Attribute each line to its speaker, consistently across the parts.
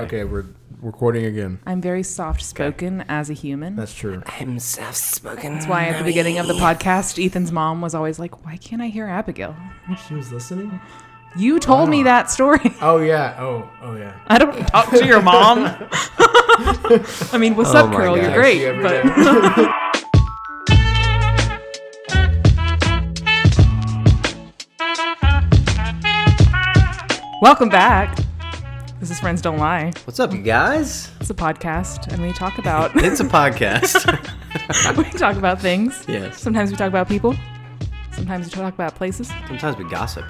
Speaker 1: Okay, we're recording again.
Speaker 2: I'm very soft spoken as a human. That's
Speaker 1: That's true.
Speaker 3: I'm soft spoken.
Speaker 2: why at the beginning of the podcast, Ethan's mom was always like, Why can't I hear Abigail?
Speaker 1: She was listening.
Speaker 2: You told me that story.
Speaker 1: Oh yeah. Oh oh yeah.
Speaker 2: I don't talk to your mom. I mean, what's up,
Speaker 3: Oh my
Speaker 2: Carol? You're great.
Speaker 3: gosh.
Speaker 2: But welcome back. This is Friends Don't Lie.
Speaker 3: What's up, you guys?
Speaker 2: It's a podcast, and we talk about
Speaker 3: It's a podcast.
Speaker 2: we talk about things.
Speaker 3: Yes.
Speaker 2: Sometimes we talk about people. Sometimes we talk about places.
Speaker 3: Sometimes we gossip.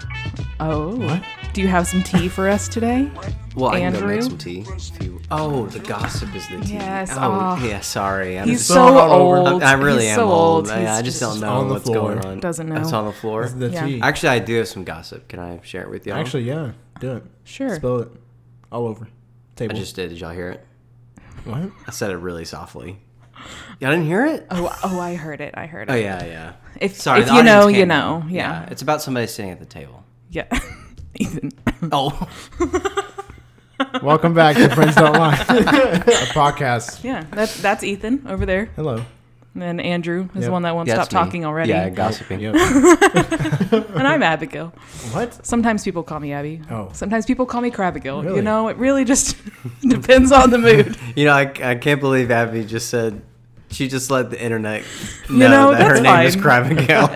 Speaker 2: Oh. Do you have some tea for us today?
Speaker 3: Well, I can go
Speaker 2: Andrew?
Speaker 3: make some tea. if you- Oh, the gossip is the tea.
Speaker 2: Yes,
Speaker 3: Oh,
Speaker 2: aw.
Speaker 3: yeah. Sorry. I'm
Speaker 2: He's
Speaker 3: just-
Speaker 2: so,
Speaker 1: so all over.
Speaker 2: old.
Speaker 3: I really
Speaker 2: He's
Speaker 3: am
Speaker 2: so
Speaker 3: old.
Speaker 2: old.
Speaker 3: I,
Speaker 2: He's
Speaker 3: I just don't know
Speaker 1: on the
Speaker 3: what's
Speaker 1: floor.
Speaker 3: going on.
Speaker 2: Doesn't know.
Speaker 3: It's on the floor.
Speaker 1: The
Speaker 2: Yeah.
Speaker 1: tea.
Speaker 3: Actually, I do have some gossip. Can I share it with y'all?
Speaker 1: Actually, yeah. Do it.
Speaker 2: Sure.
Speaker 1: Spill it all over.
Speaker 3: I
Speaker 1: Table.
Speaker 3: just did. Did y'all hear it?
Speaker 1: what?
Speaker 3: I said it really softly. Y'all didn't hear it?
Speaker 2: Oh, oh, I heard it. I heard it.
Speaker 3: Oh yeah, yeah.
Speaker 2: If,
Speaker 3: Sorry.
Speaker 2: if
Speaker 3: the
Speaker 2: you
Speaker 3: audience
Speaker 2: know, you
Speaker 3: can't
Speaker 2: know. Yeah.
Speaker 3: It's about somebody sitting at the table.
Speaker 2: Yeah. Ethan.
Speaker 3: Oh.
Speaker 1: Welcome back to Friends Don't Lie, a podcast.
Speaker 2: Yeah, that's that's Ethan over there.
Speaker 1: Hello.
Speaker 2: And then Andrew is
Speaker 1: Yep.
Speaker 2: the one that won't
Speaker 3: Yeah,
Speaker 2: stop
Speaker 3: it's me.
Speaker 2: talking already.
Speaker 3: Yeah, gossiping.
Speaker 1: Yep.
Speaker 2: and I'm Abigail.
Speaker 1: what?
Speaker 2: Sometimes people call me Abby.
Speaker 1: Oh.
Speaker 2: Sometimes people call me Crabigail.
Speaker 1: Really?
Speaker 2: You know, it really just depends on the mood.
Speaker 3: You know, I, I can't believe Abby just said she just let the internet know,
Speaker 2: know,
Speaker 3: that her
Speaker 2: that's
Speaker 3: name is
Speaker 2: fine.
Speaker 3: Crabigail.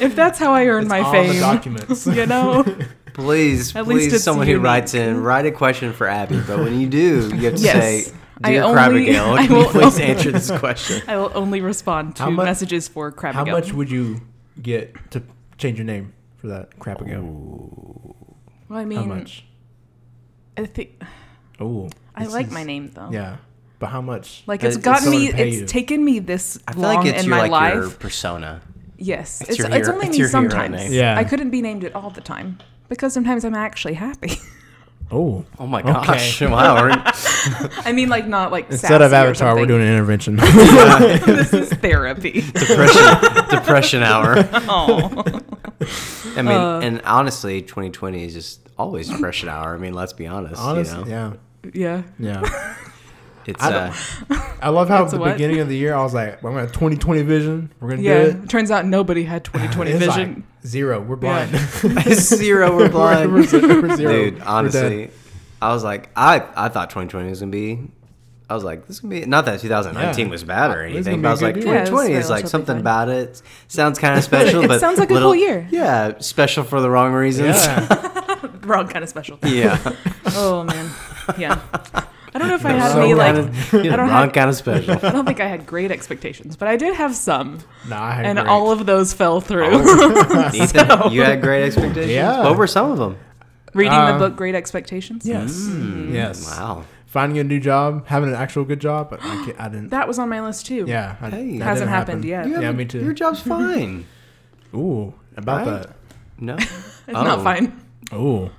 Speaker 2: If that's how I earn
Speaker 1: It's
Speaker 2: my
Speaker 1: all
Speaker 2: fame.
Speaker 1: the documents.
Speaker 2: You know?
Speaker 3: please,
Speaker 2: At least
Speaker 3: please,
Speaker 2: it's
Speaker 3: someone
Speaker 2: unique.
Speaker 3: who writes in, write a question for Abby. But when you do, you have to
Speaker 2: Yes.
Speaker 3: say,
Speaker 2: I
Speaker 3: "Dear
Speaker 2: only-
Speaker 3: Crabigail,
Speaker 2: I
Speaker 3: can you
Speaker 2: will
Speaker 3: please
Speaker 2: only-
Speaker 3: answer this question?"
Speaker 2: I will only respond to
Speaker 1: How mu-
Speaker 2: messages for Crabigail.
Speaker 1: How much would you get to change your name for that crap ago?
Speaker 2: Well, I mean,
Speaker 1: How much?
Speaker 2: I think
Speaker 1: Oh.
Speaker 2: I like my name though.
Speaker 1: Yeah. But how much?
Speaker 2: Like
Speaker 3: But
Speaker 2: it's
Speaker 3: it's
Speaker 2: gotten
Speaker 1: someone
Speaker 2: me.
Speaker 1: to pay
Speaker 2: It's
Speaker 1: you.
Speaker 2: taken me this
Speaker 3: I feel
Speaker 2: long
Speaker 3: like it's
Speaker 2: in
Speaker 3: your
Speaker 2: my
Speaker 3: like your
Speaker 2: life.
Speaker 3: persona.
Speaker 2: yes, it's
Speaker 3: it's
Speaker 2: it's,
Speaker 3: your hero-
Speaker 2: only
Speaker 3: it's
Speaker 2: me
Speaker 3: your hero
Speaker 2: sometimes.
Speaker 3: name.
Speaker 1: Yeah.
Speaker 2: I couldn't be named it all the time because sometimes I'm actually happy.
Speaker 1: Oh.
Speaker 3: Oh my gosh! Wow. we're-
Speaker 2: I mean, like not like
Speaker 1: Instead of
Speaker 2: sassy or
Speaker 1: Avatar, we're
Speaker 2: something.
Speaker 1: doing an intervention.
Speaker 2: this is therapy.
Speaker 3: depression, depression hour.
Speaker 2: oh,
Speaker 3: I mean,
Speaker 2: Uh.
Speaker 3: and honestly, 2020 is just always depression hour. I mean, let's be honest.
Speaker 1: Honestly,
Speaker 3: you know?
Speaker 1: yeah.
Speaker 2: yeah.
Speaker 1: Yeah.
Speaker 3: it's
Speaker 1: I don't-
Speaker 3: uh,
Speaker 1: I love how at the
Speaker 2: a what?
Speaker 1: beginning of the year I was like, "We're gonna 2020 vision. We're gonna
Speaker 2: Yeah,
Speaker 1: do it."
Speaker 2: turns out nobody had 2020
Speaker 1: It's like,
Speaker 2: vision.
Speaker 1: zero. We're blind.
Speaker 3: zero. We're blind.
Speaker 1: we're, ze- we're zero. We're
Speaker 3: Dude,
Speaker 1: dead.
Speaker 3: honestly, I was like, I, I thought 2020 was gonna be. I was like, this is gonna be not that 2019
Speaker 1: Yeah.
Speaker 3: was bad or
Speaker 1: This is
Speaker 3: anything,
Speaker 1: gonna
Speaker 3: but
Speaker 1: be
Speaker 3: I
Speaker 1: a
Speaker 3: was like,
Speaker 1: good year.
Speaker 2: Yeah, it was
Speaker 3: 2020 is like
Speaker 2: relatively
Speaker 3: something
Speaker 2: fine.
Speaker 3: about it. Sounds kind of special,
Speaker 2: It
Speaker 3: but
Speaker 2: sounds like a
Speaker 3: little-
Speaker 2: cool year.
Speaker 3: Yeah, special for the wrong reasons.
Speaker 1: yeah.
Speaker 2: We're all kind of special.
Speaker 3: Yeah,
Speaker 2: Oh man, yeah. I don't know if I had
Speaker 1: so
Speaker 2: any like.
Speaker 1: kind
Speaker 3: I don't
Speaker 2: don't
Speaker 3: wrong
Speaker 2: have-
Speaker 3: kind of special.
Speaker 2: I don't think I had great expectations, but I did have some,
Speaker 1: Nah, I
Speaker 2: and all of those fell through.
Speaker 3: Ethan, you had great expectations.
Speaker 1: Yeah.
Speaker 3: What were some of them?
Speaker 2: Reading
Speaker 1: Uh,
Speaker 2: the book Great Expectations.
Speaker 1: yes, Mm. yes.
Speaker 3: Wow.
Speaker 1: Finding a new job, having an actual good job, but I, can't, I didn't.
Speaker 2: That was on my list too.
Speaker 1: yeah, I,
Speaker 3: Hey.
Speaker 1: that
Speaker 2: Hasn't
Speaker 1: didn't happen.
Speaker 2: happened yet.
Speaker 3: You
Speaker 1: Yeah,
Speaker 3: haven't-
Speaker 1: me too.
Speaker 3: Your job's fine.
Speaker 1: Ooh, about
Speaker 3: Right? No,
Speaker 2: It's not
Speaker 3: Oh.
Speaker 2: fine.
Speaker 1: that. Ooh,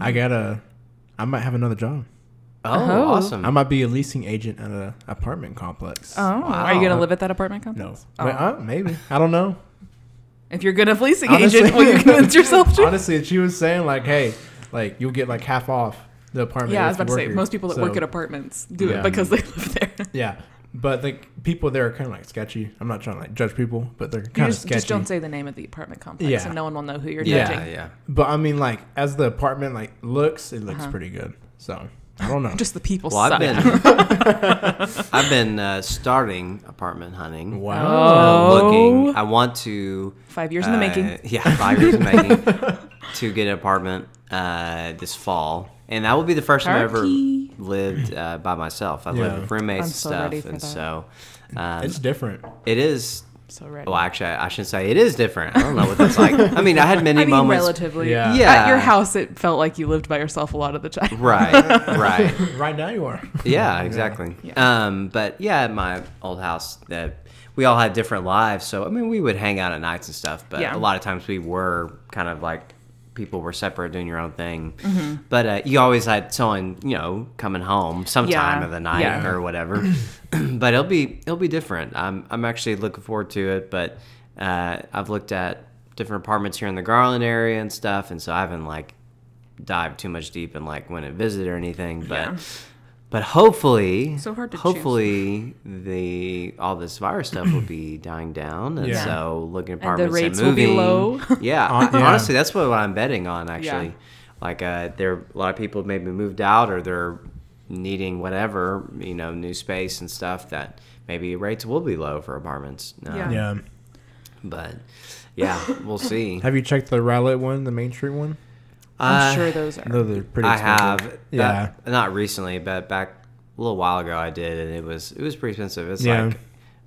Speaker 1: I gotta. I might have another job.
Speaker 3: Oh,
Speaker 2: Oh.
Speaker 3: awesome.
Speaker 1: I might be a leasing agent at an apartment complex.
Speaker 2: Oh, are you
Speaker 3: Wow.
Speaker 2: gonna live at that apartment complex?
Speaker 1: no, Wait, uh, maybe I don't know.
Speaker 2: If you're good enough leasing
Speaker 1: Honestly.
Speaker 2: agent, will you convince yourself to?
Speaker 1: Honestly, she was saying like, "Hey, like you'll get like half off the apartment."
Speaker 2: yeah, I
Speaker 1: if
Speaker 2: was about
Speaker 1: you
Speaker 2: to
Speaker 1: work
Speaker 2: say
Speaker 1: here."
Speaker 2: most people that
Speaker 1: So,
Speaker 2: work at apartments do
Speaker 1: Yeah.
Speaker 2: it because they live there.
Speaker 1: Yeah, but like people there are kind of like sketchy. I'm not trying to like judge people, but they're
Speaker 2: You
Speaker 1: kind of
Speaker 2: just,
Speaker 1: sketchy.
Speaker 2: just don't say the name of the apartment complex,
Speaker 1: Yeah.
Speaker 2: and no one will know who you're
Speaker 3: yeah,
Speaker 2: judging.
Speaker 3: yeah.
Speaker 1: but I mean, like as the apartment like looks, it looks
Speaker 2: Uh-huh.
Speaker 1: pretty good. So I don't know.
Speaker 2: Just the people
Speaker 3: Well, I've
Speaker 2: suck.
Speaker 3: been, I've been uh, starting apartment hunting.
Speaker 1: wow.
Speaker 3: uh,
Speaker 2: Oh.
Speaker 3: looking. I want to.
Speaker 2: Five years in the
Speaker 3: uh,
Speaker 2: making.
Speaker 3: Yeah, five years in the making to get an apartment uh, this fall, and that will be the first
Speaker 2: Party.
Speaker 3: time I ever lived uh, by myself. I
Speaker 1: Yeah.
Speaker 3: lived with roommates
Speaker 2: I'm
Speaker 3: and
Speaker 2: so
Speaker 3: stuff,
Speaker 2: ready for
Speaker 3: and
Speaker 2: that.
Speaker 3: so um,
Speaker 1: It's different.
Speaker 3: it is.
Speaker 2: So right.
Speaker 3: Well, actually, I, I should say it is different. I don't know what that's like. I mean, I had many
Speaker 2: I mean,
Speaker 3: moments.
Speaker 2: relatively.
Speaker 1: Yeah.
Speaker 2: At
Speaker 3: Yeah.
Speaker 2: your house, it felt like you lived by yourself a lot of the time.
Speaker 3: Right, right.
Speaker 1: Right now you are.
Speaker 3: yeah exactly um but yeah at my old house that we all had different lives so i mean we would hang out at nights and stuff but
Speaker 2: Yeah.
Speaker 3: a lot of times we were kind of like people were separate doing your own thing
Speaker 2: Mm-hmm.
Speaker 3: but uh, you always had someone you know coming home sometime
Speaker 2: Yeah.
Speaker 3: of the night
Speaker 2: Yeah.
Speaker 3: or whatever but it'll be it'll be different i'm i'm actually looking forward to it but uh, i've looked at different apartments here in the garland area and stuff and so i haven't like dive too much deep and like went and visited or anything, but
Speaker 2: Yeah.
Speaker 3: but hopefully,
Speaker 2: So hard to choose.
Speaker 3: hopefully the all this virus stuff will be dying down, and
Speaker 1: Yeah.
Speaker 3: so looking
Speaker 2: And
Speaker 3: at
Speaker 2: the
Speaker 3: apartments
Speaker 2: rates will be
Speaker 3: moving.
Speaker 2: low.
Speaker 3: yeah.
Speaker 1: Uh, yeah.
Speaker 3: honestly, that's what I'm betting on actually. Like uh, there, a lot of people maybe moved out or they're needing whatever you know new space and stuff that maybe rates will be low for apartments. Uh,
Speaker 2: Yeah.
Speaker 1: Yeah.
Speaker 3: but yeah, we'll see.
Speaker 1: Have you checked the Rowlett one, the Main Street one?
Speaker 2: I'm
Speaker 3: Uh,
Speaker 2: sure those are.
Speaker 1: No, they're pretty.
Speaker 3: I
Speaker 1: expensive.
Speaker 3: have.
Speaker 1: Yeah.
Speaker 3: That- not recently, but back a little while ago, I did, and it was it was pretty expensive. It's
Speaker 1: Yeah.
Speaker 3: like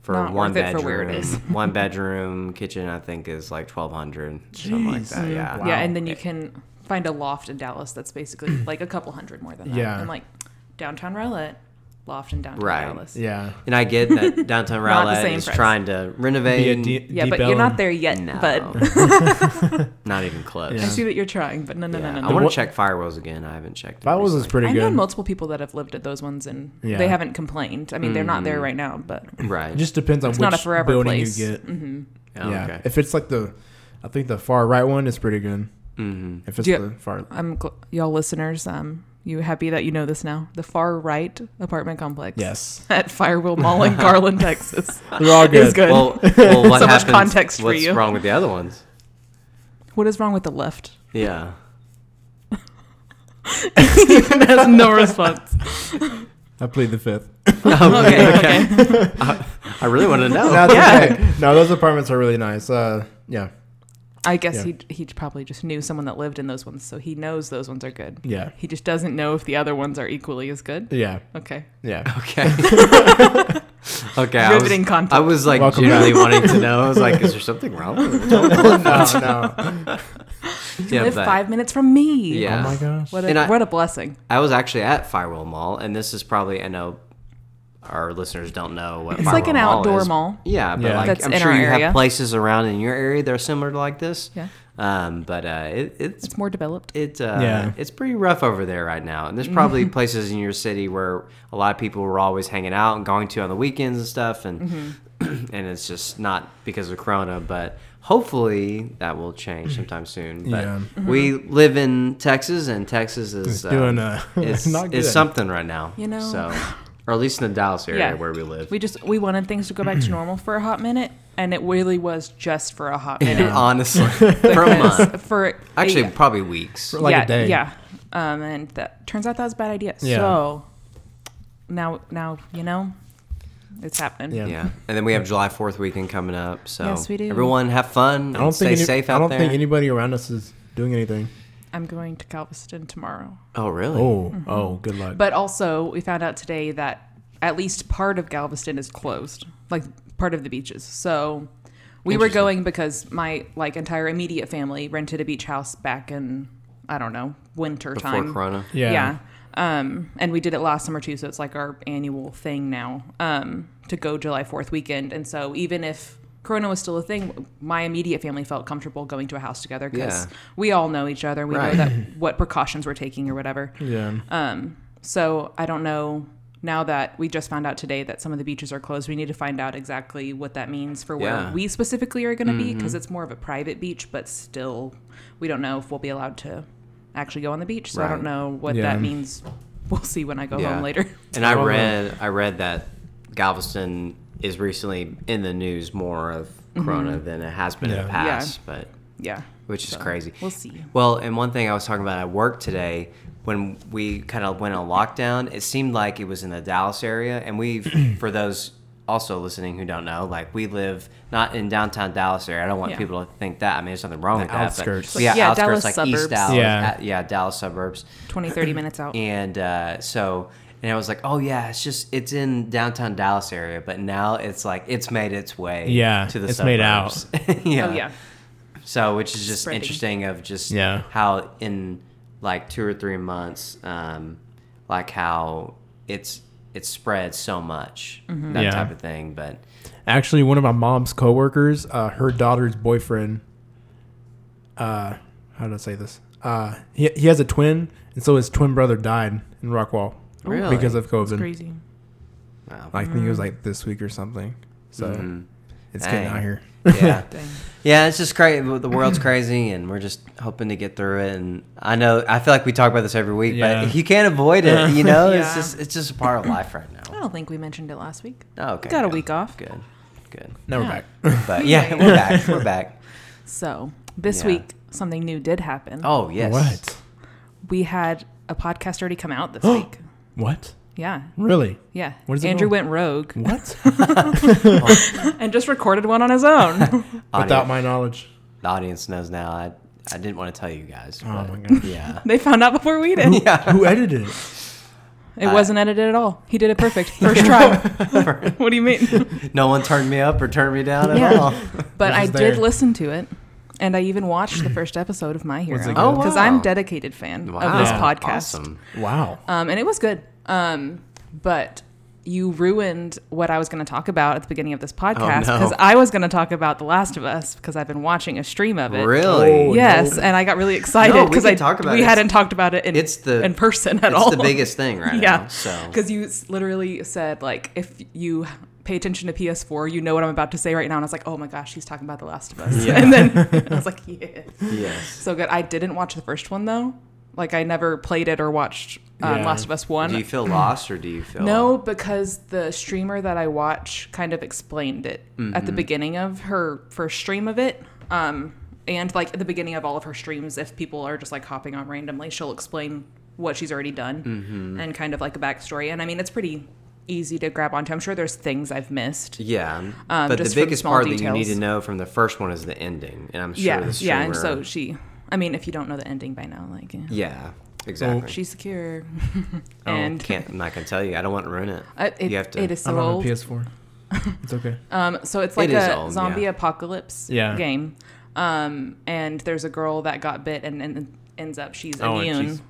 Speaker 3: for
Speaker 2: Not
Speaker 3: one
Speaker 2: worth it
Speaker 3: bedroom,
Speaker 2: for where it is.
Speaker 3: one bedroom kitchen, I think is like twelve hundred, something like that. Yeah.
Speaker 1: Wow.
Speaker 2: Yeah, and then you can find a loft in Dallas that's basically like a couple hundred more than that.
Speaker 1: Yeah.
Speaker 2: And like downtown Rowlett, loft in downtown
Speaker 3: Right.
Speaker 2: Dallas.
Speaker 1: Yeah.
Speaker 3: And I get that downtown
Speaker 2: Not the
Speaker 3: Rowlett
Speaker 2: same
Speaker 3: is
Speaker 2: price.
Speaker 3: trying to renovate.
Speaker 1: Be a
Speaker 3: and-
Speaker 1: D-
Speaker 2: Yeah,
Speaker 1: D
Speaker 2: but you're
Speaker 1: Bellum.
Speaker 2: not there yet,
Speaker 3: no,
Speaker 2: bud.
Speaker 3: not even close.
Speaker 2: I
Speaker 1: Yeah.
Speaker 2: see that you're trying, but no, no,
Speaker 3: Yeah.
Speaker 2: no, no,
Speaker 3: I
Speaker 2: no.
Speaker 3: want
Speaker 1: one-
Speaker 3: to check Firewells again. I haven't checked. it
Speaker 1: Bowles is
Speaker 3: recently.
Speaker 1: pretty
Speaker 2: I know
Speaker 1: good.
Speaker 2: multiple people that have lived at those ones and
Speaker 1: Yeah.
Speaker 2: they haven't complained. I mean, they're not there right now, but
Speaker 1: It
Speaker 3: right.
Speaker 1: just depends on
Speaker 2: it's
Speaker 1: which
Speaker 2: not a forever
Speaker 1: building
Speaker 2: place. Mm-hmm.
Speaker 1: you get.
Speaker 3: Oh,
Speaker 1: yeah.
Speaker 3: okay.
Speaker 1: If it's like the, I think the far right one is pretty good.
Speaker 3: Mhm.
Speaker 1: If it's
Speaker 2: Do you-
Speaker 1: the far.
Speaker 2: I'm gl- y'all listeners. Um, you happy that you know this now? The far right apartment complex.
Speaker 1: Yes.
Speaker 2: At Firewheel Mall in Garland, Texas.
Speaker 1: They're all
Speaker 2: Is
Speaker 1: good.
Speaker 2: good.
Speaker 3: Well, well, what
Speaker 2: So much
Speaker 3: happens-
Speaker 2: context for
Speaker 3: what's
Speaker 2: you.
Speaker 3: wrong with the other ones?
Speaker 2: What is wrong with the left?
Speaker 3: Yeah.
Speaker 2: That's no response.
Speaker 1: I plead the fifth.
Speaker 2: Okay, okay.
Speaker 3: I really want to know.
Speaker 1: No, it's
Speaker 2: Yeah.
Speaker 1: okay. no, those apartments are really nice. Uh, yeah,
Speaker 2: I guess
Speaker 1: Yeah.
Speaker 2: he he probably just knew someone that lived in those ones, so he knows those ones are good.
Speaker 1: yeah,
Speaker 2: He just doesn't know if the other ones are equally as good.
Speaker 1: yeah,
Speaker 2: Okay.
Speaker 1: yeah.
Speaker 3: Okay. okay. I was,
Speaker 2: Riveting content.
Speaker 3: I was like
Speaker 1: Welcome
Speaker 3: genuinely wanting to know. I was like, is there something wrong? With it?
Speaker 1: no, Oh no.
Speaker 3: yeah,
Speaker 2: Live
Speaker 3: but
Speaker 2: five minutes from me.
Speaker 1: Oh
Speaker 3: Yeah.
Speaker 1: my gosh.
Speaker 2: What
Speaker 3: And
Speaker 2: a,
Speaker 3: I-
Speaker 2: what a blessing.
Speaker 3: I was actually at Firewall Mall, and this is probably I know our listeners don't know what
Speaker 2: It's like an
Speaker 3: Firewall Mall
Speaker 2: outdoor
Speaker 3: is.
Speaker 2: mall.
Speaker 3: Yeah, but
Speaker 1: Yeah.
Speaker 3: like
Speaker 2: That's
Speaker 3: I'm
Speaker 2: in
Speaker 3: sure
Speaker 2: our
Speaker 3: you
Speaker 2: area.
Speaker 3: have places around in your area that are similar to like this.
Speaker 2: Yeah.
Speaker 3: Um, but uh, it, it's
Speaker 2: It's more developed.
Speaker 3: it uh,
Speaker 1: Yeah. Mm-hmm.
Speaker 3: it's pretty rough over there right now, and there's probably places in your city where a lot of people were always hanging out and going to on the weekends and stuff, and
Speaker 1: Mm-hmm.
Speaker 3: and it's just not because of Corona, but hopefully that will change sometime soon. But
Speaker 1: Yeah. Mm-hmm.
Speaker 3: we live in Texas, and Texas is uh,
Speaker 1: doing, uh,
Speaker 3: is,
Speaker 1: not
Speaker 3: is
Speaker 1: good.
Speaker 3: something right now.
Speaker 2: You know.
Speaker 3: so or at least in the Dallas area where we live.
Speaker 2: We just we wanted things to go back to normal for a hot minute, and it really was just for a hot minute.
Speaker 3: Honestly, Uh, for a
Speaker 2: Because
Speaker 3: month,
Speaker 2: For
Speaker 3: actually
Speaker 2: yeah,
Speaker 3: probably weeks.
Speaker 1: like
Speaker 2: yeah,
Speaker 1: a day.
Speaker 2: Yeah. Um, and that turns out that was a bad idea.
Speaker 1: Yeah.
Speaker 2: So now now you know it's happening.
Speaker 1: Yeah.
Speaker 3: Yeah, and then we have July Fourth weekend coming up. So
Speaker 2: Yes, we do.
Speaker 3: Everyone have fun.
Speaker 1: I don't
Speaker 3: stay
Speaker 1: think any,
Speaker 3: safe out
Speaker 1: I don't
Speaker 3: there.
Speaker 1: think anybody around us is doing anything.
Speaker 2: I'm going to Galveston tomorrow.
Speaker 3: oh, really?
Speaker 1: Oh, oh, good luck.
Speaker 2: But also, we found out today that at least part of Galveston is closed, like part of the beaches. So we were
Speaker 3: Interesting.
Speaker 2: going because my like entire immediate family rented a beach house back in I don't know winter
Speaker 3: Before
Speaker 2: time.
Speaker 3: Corona.
Speaker 1: yeah,
Speaker 2: Um, and we did it last summer too, so it's like our annual thing now um, to go July Fourth weekend. And so even if Corona was still a thing, my immediate family felt comfortable going to a house together because
Speaker 3: Yeah.
Speaker 2: we all know each other. We
Speaker 3: Right.
Speaker 2: know that what precautions we're taking or whatever.
Speaker 1: yeah.
Speaker 2: So I don't know. Now that we just found out today that some of the beaches are closed, we need to find out exactly what that means for where
Speaker 3: Yeah. Mm-hmm.
Speaker 2: we specifically are going to 'cause be because it's more of a private beach, but still, we don't know if we'll be allowed to actually go on the beach. So I
Speaker 3: Right.
Speaker 2: don't know what
Speaker 1: Yeah.
Speaker 2: that means. We'll see when I go
Speaker 3: Yeah.
Speaker 2: home later.
Speaker 3: And I
Speaker 1: Oh,
Speaker 3: read, I read that Galveston is recently in the news more of Corona than it has been in
Speaker 1: Yeah.
Speaker 3: the
Speaker 1: Yeah.
Speaker 3: past, but
Speaker 2: Mm-hmm. yeah,
Speaker 3: which is
Speaker 2: So,
Speaker 3: crazy.
Speaker 2: We'll see.
Speaker 3: Well, and one thing I was talking about at work today, when we kind of went on lockdown, it seemed like it was in the Dallas area. And we've, for those also listening who don't know, like we live not in downtown Dallas area. I don't want
Speaker 2: Yeah.
Speaker 3: people to think that. I mean, there's nothing wrong with
Speaker 1: outskirts.
Speaker 3: that. But yeah,
Speaker 2: Yeah,
Speaker 3: outskirts,
Speaker 2: Dallas
Speaker 3: like East
Speaker 2: suburbs.
Speaker 3: Dallas.
Speaker 1: Yeah.
Speaker 3: uh, yeah, Dallas suburbs.
Speaker 2: 20, 30 minutes out.
Speaker 3: And uh, so, and I was like, oh yeah, it's just it's in downtown Dallas area, but now it's like it's made its way.
Speaker 1: Yeah,
Speaker 3: to the
Speaker 1: it's made out.
Speaker 3: suburbs. yeah.
Speaker 2: Oh yeah,
Speaker 3: So, which is just
Speaker 2: Spreading.
Speaker 3: interesting of just
Speaker 1: Yeah.
Speaker 3: how in like two or three months, um, like how it's it's spread so much
Speaker 2: Mm-hmm.
Speaker 3: that
Speaker 1: Yeah.
Speaker 3: type of thing. But
Speaker 1: Actually, one of my mom's coworkers, uh, her daughter's boyfriend. Uh, how did I say this? Uh, he he has a twin, and so his twin brother died in Rockwall
Speaker 3: Really?
Speaker 1: because of COVID.
Speaker 2: crazy. Mm.
Speaker 3: wow.
Speaker 1: I think it was like this week or something. So
Speaker 3: Mhm.
Speaker 1: It's getting
Speaker 3: Dang.
Speaker 1: out here.
Speaker 3: Yeah.
Speaker 2: Dang.
Speaker 3: Yeah, it's just crazy. The world's crazy, and we're just hoping to get through it. And I know I feel like we talk about this every week,
Speaker 1: Yeah.
Speaker 3: but you can't avoid it. You know,
Speaker 2: Yeah.
Speaker 3: it's just it's just a part of life right
Speaker 2: I
Speaker 3: now.
Speaker 2: don't think we mentioned it last week.
Speaker 3: Oh, okay,
Speaker 2: got a
Speaker 3: good.
Speaker 2: week off.
Speaker 3: Good, good.
Speaker 1: Now
Speaker 2: Yeah.
Speaker 1: we're back.
Speaker 3: But yeah, we're back. We're back.
Speaker 2: So this
Speaker 3: Yeah.
Speaker 2: week, something new did happen.
Speaker 3: Oh yes.
Speaker 1: What?
Speaker 2: We had a podcast already come out this week.
Speaker 1: What?
Speaker 2: Yeah.
Speaker 1: Really?
Speaker 2: Yeah.
Speaker 1: What is it
Speaker 2: Andrew
Speaker 1: called?
Speaker 2: went rogue
Speaker 1: What?
Speaker 2: and just recorded one on his own.
Speaker 3: Audience,
Speaker 1: Without my knowledge.
Speaker 3: the audience knows now. I I didn't want to tell you guys.
Speaker 1: Oh
Speaker 3: but
Speaker 1: my gosh.
Speaker 3: Yeah.
Speaker 2: they found out before we did.
Speaker 1: Who edited it?
Speaker 2: It wasn't edited at all. He did it perfect. First try. what do you mean?
Speaker 3: No one turned me up or turned me down at
Speaker 2: Yeah.
Speaker 3: all.
Speaker 2: But
Speaker 1: Which
Speaker 2: I
Speaker 1: is
Speaker 2: did
Speaker 1: there.
Speaker 2: listen to it. And I even watched the first episode of My Hero
Speaker 1: it good?
Speaker 3: Oh,
Speaker 2: because
Speaker 3: wow.
Speaker 2: I'm a dedicated fan of this podcast.
Speaker 3: Awesome.
Speaker 1: Wow.
Speaker 2: um, and it was good. Um, but you ruined what I was going to talk about at the beginning of this podcast
Speaker 3: Oh, no.
Speaker 2: because I was going to talk about The Last of Us because I've been watching a stream of it.
Speaker 3: Really?
Speaker 1: Oh,
Speaker 2: Yes,
Speaker 1: no.
Speaker 2: and I got really excited
Speaker 3: No, we
Speaker 2: because
Speaker 3: can
Speaker 2: I
Speaker 3: talk about
Speaker 2: we
Speaker 3: it.
Speaker 2: hadn't talked about it in
Speaker 3: it's the-
Speaker 2: in person at
Speaker 3: it's
Speaker 2: all.
Speaker 3: the biggest thing right now.
Speaker 2: yeah,
Speaker 3: So
Speaker 2: because you s- literally said like if you pay attention to PS4, you know what I'm about to say right now, and I was like, oh my gosh, he's talking about The Last of Us,
Speaker 3: Yeah.
Speaker 2: and then I was like, yeah,
Speaker 3: yes.
Speaker 2: so good. I didn't watch the first one though, like I never played it or watched uh,
Speaker 1: Yeah.
Speaker 2: Last of Us one.
Speaker 3: Do you feel lost or do you feel
Speaker 2: No, because the streamer that I watch kind of explained it at
Speaker 3: Mm-hmm.
Speaker 2: the beginning of her first stream of it. Um, and like at the beginning of all of her streams, if people are just like hopping on randomly, she'll explain what she's already done
Speaker 3: Mm-hmm.
Speaker 2: and kind of like a backstory. And I mean, it's pretty easy to grab onto. I'm sure there's things I've missed.
Speaker 3: Yeah,
Speaker 2: Um,
Speaker 3: but
Speaker 2: just
Speaker 3: the
Speaker 2: from
Speaker 3: biggest
Speaker 2: small
Speaker 3: part that you need
Speaker 2: details.
Speaker 3: to know from the first one is the ending, and I'm sure
Speaker 2: yeah,
Speaker 3: the streamer.
Speaker 2: yeah. And so she, I mean, if you don't know the ending by now, like yeah.
Speaker 3: yeah, exactly.
Speaker 2: she's secure,
Speaker 3: I don't-
Speaker 2: and
Speaker 3: can't, I'm not gonna tell you. I don't want to ruin it.
Speaker 2: I- it,
Speaker 3: you have to.
Speaker 2: it is
Speaker 1: I
Speaker 2: so
Speaker 1: don't have a
Speaker 2: old.
Speaker 1: PS4. It's okay.
Speaker 2: Um, so it's like
Speaker 3: It is
Speaker 2: a
Speaker 3: old,
Speaker 2: zombie
Speaker 3: yeah.
Speaker 2: apocalypse
Speaker 1: Yeah.
Speaker 2: game. Um, and there's a girl that got bit and, and ends up she's
Speaker 1: Oh, and
Speaker 2: immune.
Speaker 1: she's-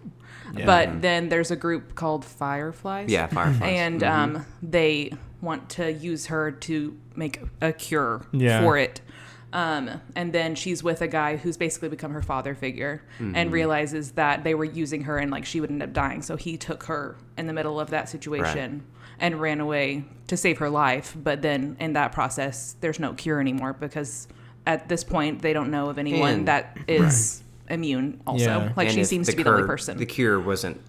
Speaker 1: yeah.
Speaker 2: But then there's a group called Fireflies.
Speaker 3: yeah, Mm-hmm. Firefly.
Speaker 2: And um, they want to use her to make a cure
Speaker 1: Yeah.
Speaker 2: for it. Um, and then she's with a guy who's basically become her father figure
Speaker 3: Mm-hmm.
Speaker 2: and realizes that they were using her and like she would end up dying. So he took her in the middle of that situation and ran away to save her life. But then in that process, there's no cure anymore because at this point, they don't know of anyone
Speaker 3: And-
Speaker 2: that is immune, also.
Speaker 1: Yeah.
Speaker 2: Like
Speaker 3: And
Speaker 2: she
Speaker 3: if
Speaker 2: seems
Speaker 3: the
Speaker 2: to be the only
Speaker 3: cure-
Speaker 2: person
Speaker 3: The cure wasn't,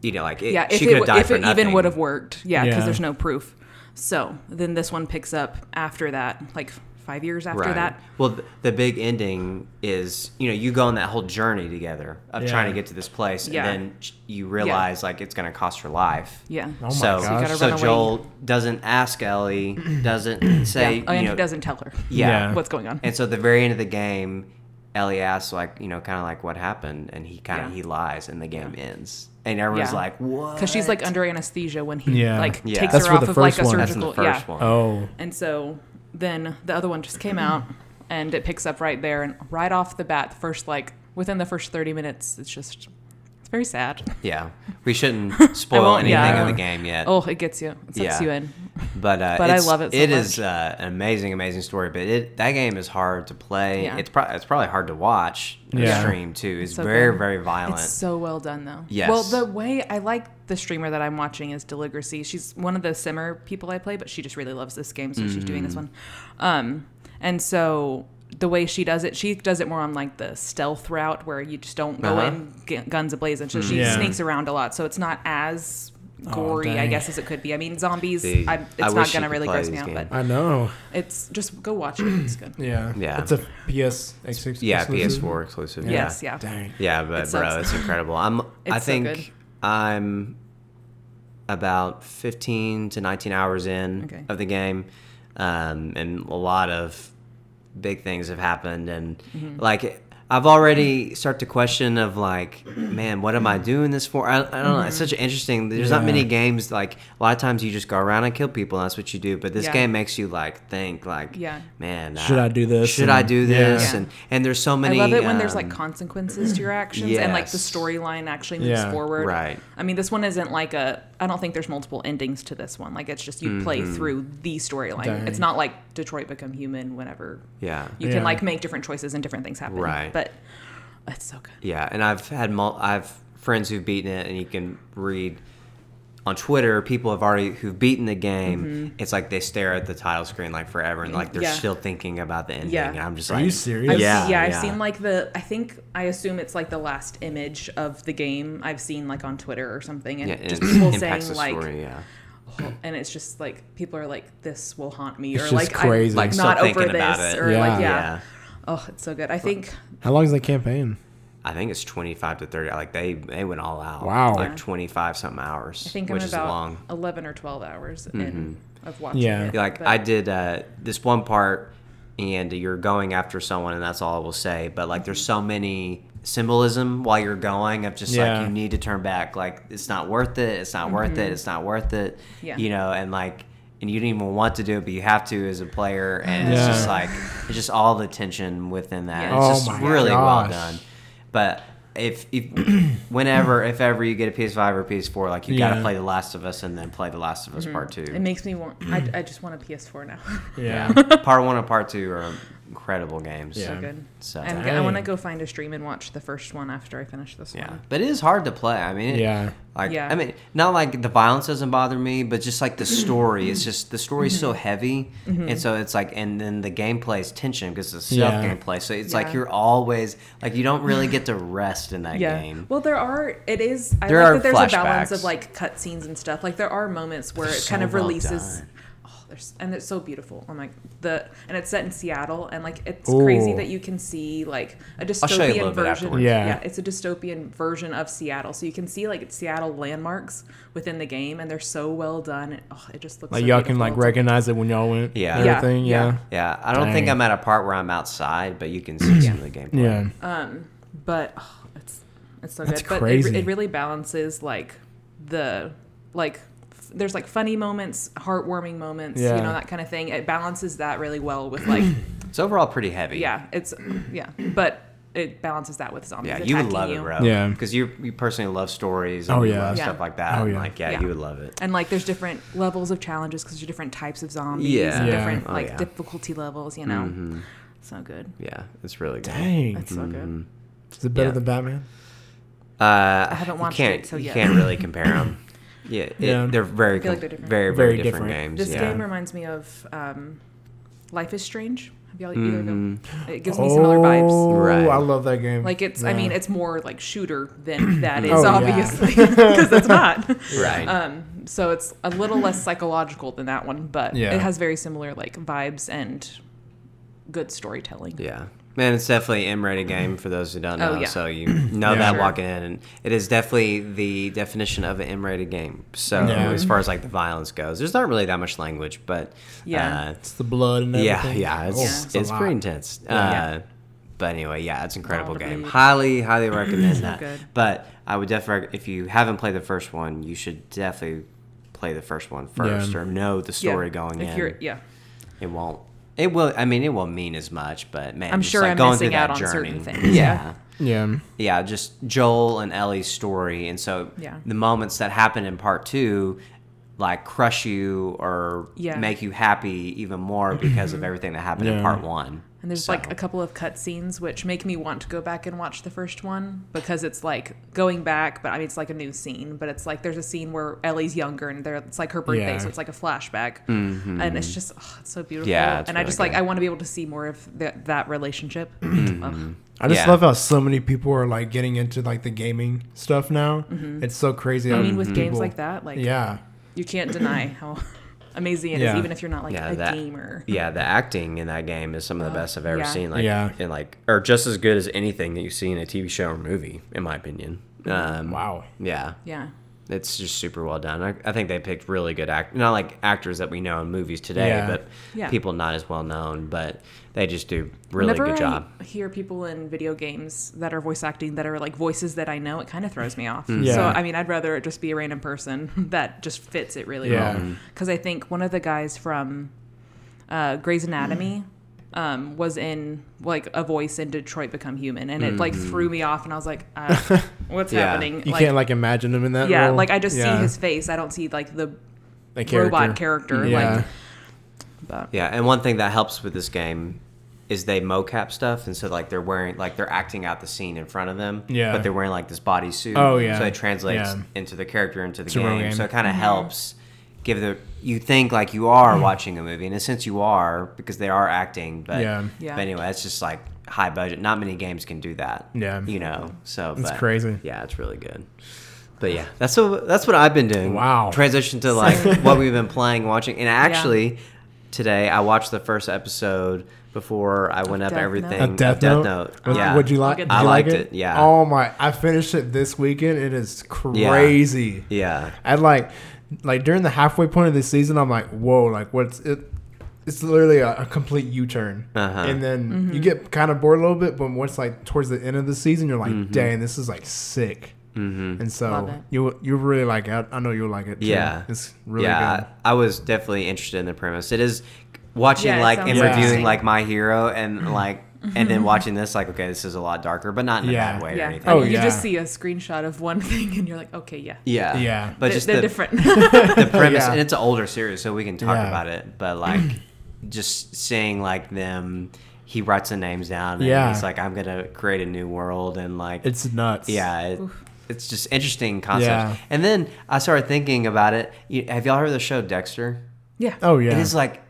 Speaker 3: you know, like it,
Speaker 2: yeah, if
Speaker 3: she
Speaker 2: it,
Speaker 3: could have
Speaker 2: w-
Speaker 3: died
Speaker 2: if
Speaker 3: for
Speaker 2: it
Speaker 3: nothing.
Speaker 2: even would have worked, yeah, because
Speaker 1: Yeah.
Speaker 2: there's no proof. So then this one picks up after that, like five years after
Speaker 3: Right.
Speaker 2: that.
Speaker 3: Well, th- the big ending is you know you go on that whole journey together of
Speaker 1: Yeah.
Speaker 3: trying to get to this place,
Speaker 2: Yeah.
Speaker 3: and then sh- you realize like it's gonna cost her life.
Speaker 2: Yeah.
Speaker 1: Oh my
Speaker 3: so,
Speaker 1: gosh. So you gotta
Speaker 3: so
Speaker 2: run away.
Speaker 3: Joel doesn't ask Ellie, doesn't say,
Speaker 2: yeah. Oh, and
Speaker 3: you know,
Speaker 2: he doesn't tell her
Speaker 3: yeah,
Speaker 1: Yeah.
Speaker 2: what's going on.
Speaker 3: And so at the very end of the game, Ellie asks, like, you know, kind of like what happened, and he kind of
Speaker 2: Yeah.
Speaker 3: he lies, and the game ends, and everyone's
Speaker 2: Yeah.
Speaker 3: like, what?
Speaker 2: Because she's like under anesthesia when he
Speaker 1: Yeah.
Speaker 2: like
Speaker 3: Yeah.
Speaker 2: takes
Speaker 3: That's
Speaker 2: her
Speaker 1: for
Speaker 2: off
Speaker 1: the
Speaker 2: of like
Speaker 1: first
Speaker 2: a
Speaker 1: one.
Speaker 3: That's in
Speaker 2: surgical.
Speaker 3: the first
Speaker 2: yeah.
Speaker 3: one.
Speaker 1: Oh.
Speaker 2: And so then the other one just came out, and it picks up right there and right off the bat, the first like within the first thirty minutes, it's just it's very sad.
Speaker 3: Yeah, we shouldn't spoil
Speaker 2: won't-
Speaker 3: anything
Speaker 2: yeah.
Speaker 3: of the game yet.
Speaker 2: Oh, it gets you, it sucks
Speaker 3: Yeah.
Speaker 2: you in.
Speaker 3: But uh,
Speaker 2: But I
Speaker 3: it's-
Speaker 2: love it so
Speaker 3: it is, uh, an amazing, amazing story. But it that game is hard to play.
Speaker 2: Yeah.
Speaker 3: It's probably it's probably hard to watch or
Speaker 1: Yeah.
Speaker 3: stream too. It's
Speaker 2: so
Speaker 3: very
Speaker 2: good.
Speaker 3: very violent.
Speaker 2: It's so well done, though.
Speaker 3: Yes.
Speaker 2: Well, the way I like the streamer that I'm watching is Deligracy. She's one of the simmer people I play, but she just really loves this game, so she's doing
Speaker 3: Mm.
Speaker 2: this one. Um, and so the way she does it, she does it more on like the stealth route where you just don't go
Speaker 3: Uh-huh. Mm.
Speaker 2: in g- guns ablazing. So she
Speaker 1: Yeah.
Speaker 2: sneaks around a lot, so it's not as gory, I
Speaker 1: dang.
Speaker 2: guess, as it could be. I mean, zombies,
Speaker 3: Dude,
Speaker 2: I'm, it's
Speaker 3: I
Speaker 2: not
Speaker 3: wish you
Speaker 2: gonna
Speaker 3: could
Speaker 2: really
Speaker 3: play
Speaker 2: gross me
Speaker 3: these
Speaker 2: out,
Speaker 3: games.
Speaker 2: but
Speaker 1: I know.
Speaker 2: it's just go watch it. It's good.
Speaker 1: Yeah.
Speaker 3: Yeah.
Speaker 1: It's a PS exclusive.
Speaker 3: yeah, PS4 exclusive.
Speaker 1: Yeah.
Speaker 2: Yes, yeah.
Speaker 1: Dang.
Speaker 3: Yeah, but
Speaker 2: It
Speaker 3: bro,
Speaker 2: sucks.
Speaker 3: it's incredible. I'm I
Speaker 2: It's so
Speaker 3: think
Speaker 2: good.
Speaker 3: I'm about 15 to 19 hours in
Speaker 2: Okay.
Speaker 3: of the game. Um, and a lot of big things have happened and
Speaker 2: Mm-hmm.
Speaker 3: like I've already start to question of like, man, what am I doing this for? I, I don't know.
Speaker 2: Mm-hmm.
Speaker 3: It's such an interesting. There's not
Speaker 1: Yeah.
Speaker 3: many games like a lot of times you just go around and kill people. and That's what you do. But this
Speaker 2: Yeah.
Speaker 3: game makes you like think like,
Speaker 2: Yeah.
Speaker 3: man,
Speaker 1: Should I do this?
Speaker 3: Should I
Speaker 1: And-
Speaker 3: do
Speaker 1: Yeah.
Speaker 3: this?
Speaker 2: Yeah.
Speaker 3: And and there's so many.
Speaker 2: I love it when there's like
Speaker 3: um,
Speaker 2: consequences to your actions and like the
Speaker 3: yes.
Speaker 2: storyline actually moves
Speaker 1: Yeah.
Speaker 2: forward.
Speaker 3: Right.
Speaker 2: I mean, this one isn't like a. I don't think there's multiple endings to this one. Like it's just you play
Speaker 3: Mm-hmm.
Speaker 2: through the storyline.
Speaker 1: Dang.
Speaker 2: It's not like Detroit Become Human. Whenever
Speaker 3: yeah.
Speaker 2: you
Speaker 1: Yeah.
Speaker 2: can like make different choices and different things happen.
Speaker 3: Right.
Speaker 2: But it's so good.
Speaker 3: Yeah, and I've had mul- I've friends who've beaten it, and you can read on Twitter, people have already who've beaten the game. It's like they stare at the title screen like forever, and like they're
Speaker 2: Mm-hmm. Yeah.
Speaker 3: still thinking about the ending.
Speaker 2: Yeah.
Speaker 3: And I'm just
Speaker 1: Are
Speaker 3: like,
Speaker 1: you serious?
Speaker 2: I've-
Speaker 3: Yeah,
Speaker 2: yeah. I've
Speaker 3: yeah.
Speaker 2: seen like the. I think I assume it's like the last image of the game I've seen like on Twitter or something, and
Speaker 3: Yeah,
Speaker 2: just
Speaker 3: it
Speaker 2: people
Speaker 3: impacts
Speaker 2: saying
Speaker 3: the
Speaker 2: like,
Speaker 3: story, yeah.
Speaker 2: and it's just like people are like, "This will haunt me,"
Speaker 1: It's
Speaker 2: or
Speaker 1: just
Speaker 2: like,
Speaker 1: crazy.
Speaker 2: "I'm like,
Speaker 1: Like,
Speaker 3: still
Speaker 2: not over
Speaker 3: thinking about
Speaker 2: this,"
Speaker 3: it.
Speaker 2: or
Speaker 1: Yeah.
Speaker 2: like, yeah.
Speaker 3: Yeah.
Speaker 2: Oh, it's so good. I think
Speaker 1: How long is the campaign?
Speaker 3: I think it's 25 to 30. Like they they went all out.
Speaker 1: Wow.
Speaker 3: Like
Speaker 1: Yeah.
Speaker 3: 25 something hours,
Speaker 2: I think
Speaker 3: which
Speaker 2: I'm
Speaker 3: is
Speaker 2: about
Speaker 3: long.
Speaker 2: eleven or twelve hours in of watching.
Speaker 1: Mm-hmm. Yeah.
Speaker 2: it,
Speaker 3: like
Speaker 2: but-
Speaker 3: I did uh, this one part, and you're going after someone, and that's all I will say. But like, there's so many symbolism while you're going of just
Speaker 1: Yeah.
Speaker 3: like you need to turn back. Like it's not worth it. It's not worth it. It's not worth it.
Speaker 2: Mm-hmm. Yeah.
Speaker 3: You know, and like. And you didn't even want to do it, but you have to as a player, and it's
Speaker 1: Yeah.
Speaker 3: just like it's just all the tension within that.
Speaker 2: Yeah.
Speaker 3: It's
Speaker 1: Oh
Speaker 3: just
Speaker 1: my
Speaker 3: really well
Speaker 1: gosh.
Speaker 3: done. But if, if whenever, if ever you get a PS5 or PS4, like you got
Speaker 1: Yeah.
Speaker 3: to play The Last of Us and then play The Last of Us Part Two.
Speaker 2: It makes me want. I, I just want a PS4 now.
Speaker 1: Yeah.
Speaker 3: Yeah. part one and part two are incredible games.
Speaker 1: Yeah.
Speaker 2: so good.
Speaker 3: So
Speaker 2: I'm, g- I
Speaker 1: Dang.
Speaker 2: want to go find a stream and watch the first one after I finish this
Speaker 3: yeah.
Speaker 2: one.
Speaker 3: But it is hard to play. I mean, it,
Speaker 1: Yeah.
Speaker 3: Like
Speaker 2: Yeah.
Speaker 3: I mean, not like the violence doesn't bother me, but just like the story. it's just the story's
Speaker 2: Mm-hmm.
Speaker 3: so heavy, and so it's like, and then the gameplay is tension because it's
Speaker 1: Yeah.
Speaker 3: self gameplay. So it's like
Speaker 2: Yeah.
Speaker 3: you're always like you don't really get to rest in that
Speaker 2: Yeah.
Speaker 3: game.
Speaker 2: Well, there are. It is. I
Speaker 3: There
Speaker 2: like
Speaker 3: are
Speaker 2: that there's a balance
Speaker 3: flashbacks.
Speaker 2: of like cutscenes and stuff. Like there are moments where
Speaker 3: They're
Speaker 2: it kind
Speaker 3: so
Speaker 2: of
Speaker 3: well
Speaker 2: releases.
Speaker 3: done.
Speaker 2: Oh, there's and it's so beautiful. I'm like the and it's set in Seattle and like it's
Speaker 1: Ooh.
Speaker 2: crazy that you can see like a
Speaker 3: show you a
Speaker 2: dystopian
Speaker 3: little bit
Speaker 2: version.
Speaker 3: afterwards.
Speaker 1: Yeah.
Speaker 2: it's a dystopian version of Seattle, so you can see like Seattle landmarks within the game, and they're so well done. And, oh, it just looks
Speaker 1: Like
Speaker 2: so
Speaker 1: y'all can
Speaker 2: beautiful.
Speaker 1: like
Speaker 2: It's-
Speaker 1: recognize it when y'all went.
Speaker 3: Yeah.
Speaker 1: and
Speaker 3: Yeah.
Speaker 1: Everything. Yeah.
Speaker 3: Yeah, I don't think
Speaker 1: Dang.
Speaker 3: I'm at a part where I'm outside, but you can see some of the gameplay.
Speaker 1: Yeah.
Speaker 2: Uh, but oh, it's it's so
Speaker 1: That's
Speaker 2: good. But
Speaker 1: crazy.
Speaker 2: it, it really balances like the like f- there's like funny moments, heartwarming moments,
Speaker 1: Yeah.
Speaker 2: you know that kind of thing. It balances that really well with like
Speaker 3: It's overall pretty heavy.
Speaker 2: yeah, it's yeah, but it balances that with zombies.
Speaker 3: Yeah, you would
Speaker 2: attacking
Speaker 3: love
Speaker 2: you.
Speaker 3: it, bro.
Speaker 1: Yeah.
Speaker 3: because you you personally love stories. And
Speaker 1: Oh,
Speaker 3: you
Speaker 1: yeah.
Speaker 3: love
Speaker 2: Yeah.
Speaker 3: stuff like that.
Speaker 1: Oh,
Speaker 3: and,
Speaker 1: yeah.
Speaker 3: like yeah,
Speaker 2: Yeah.
Speaker 3: you would love it.
Speaker 2: And like there's different levels of challenges because there's different types of zombies
Speaker 3: Yeah. Mm-hmm.
Speaker 2: and
Speaker 1: Yeah.
Speaker 2: different
Speaker 3: Oh,
Speaker 2: like
Speaker 3: yeah.
Speaker 2: difficulty levels, you know. So good.
Speaker 3: Yeah, it's really good.
Speaker 1: Dang.
Speaker 2: It's
Speaker 3: Mm-hmm.
Speaker 2: so good.
Speaker 1: Is it better
Speaker 3: Yeah.
Speaker 1: than Batman?
Speaker 3: Uh, I
Speaker 2: haven't watched it, so
Speaker 3: you
Speaker 2: yeah.
Speaker 3: can't really compare them. Yeah, it-
Speaker 1: Yeah.
Speaker 3: they're very,
Speaker 2: feel like
Speaker 3: com-
Speaker 2: they're different.
Speaker 3: very, very
Speaker 1: Very
Speaker 3: different,
Speaker 1: different.
Speaker 3: games.
Speaker 2: This
Speaker 3: yeah.
Speaker 2: game reminds me of um, Life is Strange. Have y'all either of them?
Speaker 3: Mm-hmm.
Speaker 2: It gives me similar vibes.
Speaker 1: Oh,
Speaker 3: Right.
Speaker 1: I love that game.
Speaker 2: Like it's, I
Speaker 1: Yeah.
Speaker 2: mean, it's more like shooter than that is
Speaker 1: Oh, yeah.
Speaker 2: obviously because it's not.
Speaker 3: right.
Speaker 2: Um, so it's a little less psychological than that one, but
Speaker 1: Yeah.
Speaker 2: it has very similar like vibes and good storytelling.
Speaker 3: yeah. Man, it's definitely an M-rated game for those who don't know.
Speaker 2: Mm-hmm. Oh, yeah.
Speaker 3: So you know
Speaker 1: Yeah.
Speaker 3: that
Speaker 2: Sure.
Speaker 3: walking in, and it is definitely the definition of an M-rated game. So
Speaker 1: Yeah.
Speaker 3: as far as like the violence goes, there's not really that much language, but
Speaker 2: Yeah.
Speaker 3: uh,
Speaker 1: it's the blood and
Speaker 3: yeah,
Speaker 1: everything.
Speaker 3: yeah, it's
Speaker 1: Oh,
Speaker 3: it's,
Speaker 1: a lot.
Speaker 3: pretty intense.
Speaker 2: Yeah.
Speaker 3: Uh, but anyway, yeah, it's an incredible
Speaker 2: Wild to
Speaker 3: game.
Speaker 2: read.
Speaker 3: Highly, highly recommend that.
Speaker 2: good.
Speaker 3: But I would definitely, if you haven't played the first one, you should definitely play the first one first or know the story going
Speaker 2: if
Speaker 3: in.
Speaker 2: You're, yeah,
Speaker 3: It won't. It will. I mean, it won't mean as much, but man,
Speaker 2: I'm
Speaker 3: just,
Speaker 2: sure
Speaker 3: like,
Speaker 2: I'm
Speaker 3: going
Speaker 2: missing
Speaker 3: through
Speaker 2: out
Speaker 3: that
Speaker 2: on
Speaker 3: journey.
Speaker 2: certain things,
Speaker 3: Yeah.
Speaker 2: yeah.
Speaker 1: Yeah.
Speaker 3: Yeah, just Joel and Ellie's story, and so
Speaker 2: Yeah.
Speaker 3: the moments that happen in part two, like crush you or
Speaker 2: Yeah.
Speaker 3: make you happy even more because of everything that happened in
Speaker 1: Yeah.
Speaker 3: part one.
Speaker 2: and there's
Speaker 3: So-
Speaker 2: like a couple of cutscenes which make me want to go back and watch the first one because it's like going back, but I mean it's like a new scene, but it's like there's a scene where Ellie's younger and there it's like her birthday,
Speaker 1: Yeah.
Speaker 2: so it's like a flashback, and it's just oh, it's so beautiful.
Speaker 3: Mm-hmm. Yeah, it's
Speaker 2: and I
Speaker 3: really
Speaker 2: just
Speaker 3: good.
Speaker 2: like I want to be able to see more of that that relationship. Ugh.
Speaker 1: I just
Speaker 3: Yeah.
Speaker 1: love how so many people are like getting into like the gaming stuff now. It's so crazy.
Speaker 2: Mm-hmm. I mean,
Speaker 3: Mm-hmm.
Speaker 2: with games like that, like
Speaker 1: Yeah.
Speaker 2: you can't deny how amazing it is,
Speaker 1: Yeah.
Speaker 2: even if you're not like
Speaker 3: Yeah,
Speaker 2: a
Speaker 3: that-
Speaker 2: gamer.
Speaker 3: Yeah, the acting in that game is some of the best I've ever
Speaker 2: yeah.
Speaker 3: seen. Like,
Speaker 1: Yeah.
Speaker 3: and like, or just as good as anything that you see in a TV show or movie, in my opinion. Um,
Speaker 1: Wow.
Speaker 3: Yeah,
Speaker 2: Yeah.
Speaker 3: it's just super well done. I, I think they picked really good act, not like actors that we know in movies today,
Speaker 1: Yeah.
Speaker 3: but
Speaker 2: Yeah.
Speaker 3: people not as well known. But they just do really
Speaker 2: Whenever
Speaker 3: good job.
Speaker 2: I hear people in video games that are voice acting that are like voices that I know, it kind of throws me off.
Speaker 1: Mm. Yeah.
Speaker 2: So I mean, I'd rather it just be a random person that just fits it really
Speaker 1: Yeah.
Speaker 3: Mm.
Speaker 2: well. Because I think one of the guys from uh, Grey's Anatomy um, was in like a voice in Detroit Become Human, and it
Speaker 3: Mm.
Speaker 2: like threw me off, and I was like, uh, "What's
Speaker 3: Yeah.
Speaker 2: happening?"
Speaker 1: You can't like imagine them in that.
Speaker 2: yeah,
Speaker 1: role.
Speaker 2: like I just
Speaker 1: Yeah.
Speaker 2: see his face. I don't see like the
Speaker 1: The
Speaker 2: robot character,
Speaker 1: Yeah.
Speaker 2: like- but
Speaker 3: Yeah, and one thing that helps with this game is they mocap stuff, and so like they're wearing like they're acting out the scene in front of them.
Speaker 1: Yeah.
Speaker 3: But they're wearing like this bodysuit.
Speaker 1: Oh, yeah.
Speaker 3: So it translates
Speaker 1: Yeah.
Speaker 3: into the character into the
Speaker 1: a real
Speaker 3: game.
Speaker 1: game. Mm-hmm.
Speaker 3: So it kind of helps give the you think like you are watching a movie, and in a sense you are because they are acting. But
Speaker 1: Yeah.
Speaker 2: Yeah.
Speaker 3: But anyway, that's just like high budget. Not many games can do that.
Speaker 1: Yeah.
Speaker 3: You know. So
Speaker 1: It's
Speaker 3: but-
Speaker 1: crazy.
Speaker 3: Yeah, it's really good. But yeah, that's what that's what I've been doing.
Speaker 1: Wow.
Speaker 3: Transition to like what we've been playing, watching, and actually today I watched the first episode before I went up
Speaker 2: Death
Speaker 3: everything.
Speaker 1: A
Speaker 2: Note?
Speaker 3: of
Speaker 1: Death, Note. What-
Speaker 3: Yeah.
Speaker 1: Would you
Speaker 2: I'll
Speaker 1: like?
Speaker 2: get
Speaker 1: Did
Speaker 2: that.
Speaker 1: you
Speaker 3: I
Speaker 1: like
Speaker 3: liked it, yeah.
Speaker 1: Oh my! I finished it this weekend. It is crazy.
Speaker 3: Yeah.
Speaker 1: And like, like during the halfway point of the season, I'm like, whoa! Like, what's it? It's literally a, a complete U-turn,
Speaker 3: Uh-huh.
Speaker 1: and then
Speaker 2: Mm-hmm.
Speaker 1: you get kind of bored a little bit. But once like towards the end of the season, you're like,
Speaker 3: Mm-hmm.
Speaker 1: dang, this is like sick. Mm-hmm. And
Speaker 2: Love it.
Speaker 1: so you you really like it. I know you'll like it. Too.
Speaker 3: Yeah.
Speaker 1: it's really
Speaker 3: yeah,
Speaker 1: good.
Speaker 3: I I was definitely interested in the premise. It is watching
Speaker 2: Yeah, it
Speaker 3: like
Speaker 2: sounds
Speaker 3: and
Speaker 1: interesting.
Speaker 3: reviewing like My Hero and like and then watching this like okay, this is a lot darker, but not in
Speaker 1: Yeah.
Speaker 3: a bad way or
Speaker 2: Yeah.
Speaker 3: anything.
Speaker 1: Oh,
Speaker 2: you
Speaker 1: yeah.
Speaker 2: just see a screenshot of one thing and you're like, okay, yeah.
Speaker 3: Yeah.
Speaker 1: Yeah.
Speaker 3: But
Speaker 2: They're-
Speaker 3: just
Speaker 2: they're
Speaker 3: the,
Speaker 2: different.
Speaker 3: the premise,
Speaker 1: Yeah.
Speaker 3: and it's an older series, so we can talk
Speaker 1: Yeah.
Speaker 3: about it. But like, just seeing like them, he writes the names down, and
Speaker 1: Yeah.
Speaker 3: he's like, "I'm gonna create a new world," and like,
Speaker 1: It's nuts.
Speaker 3: yeah, it, it's just interesting concept.
Speaker 1: Yeah.
Speaker 3: And then I started thinking about it. You, have y'all heard of the show Dexter?
Speaker 2: yeah.
Speaker 1: Oh yeah.
Speaker 3: It is like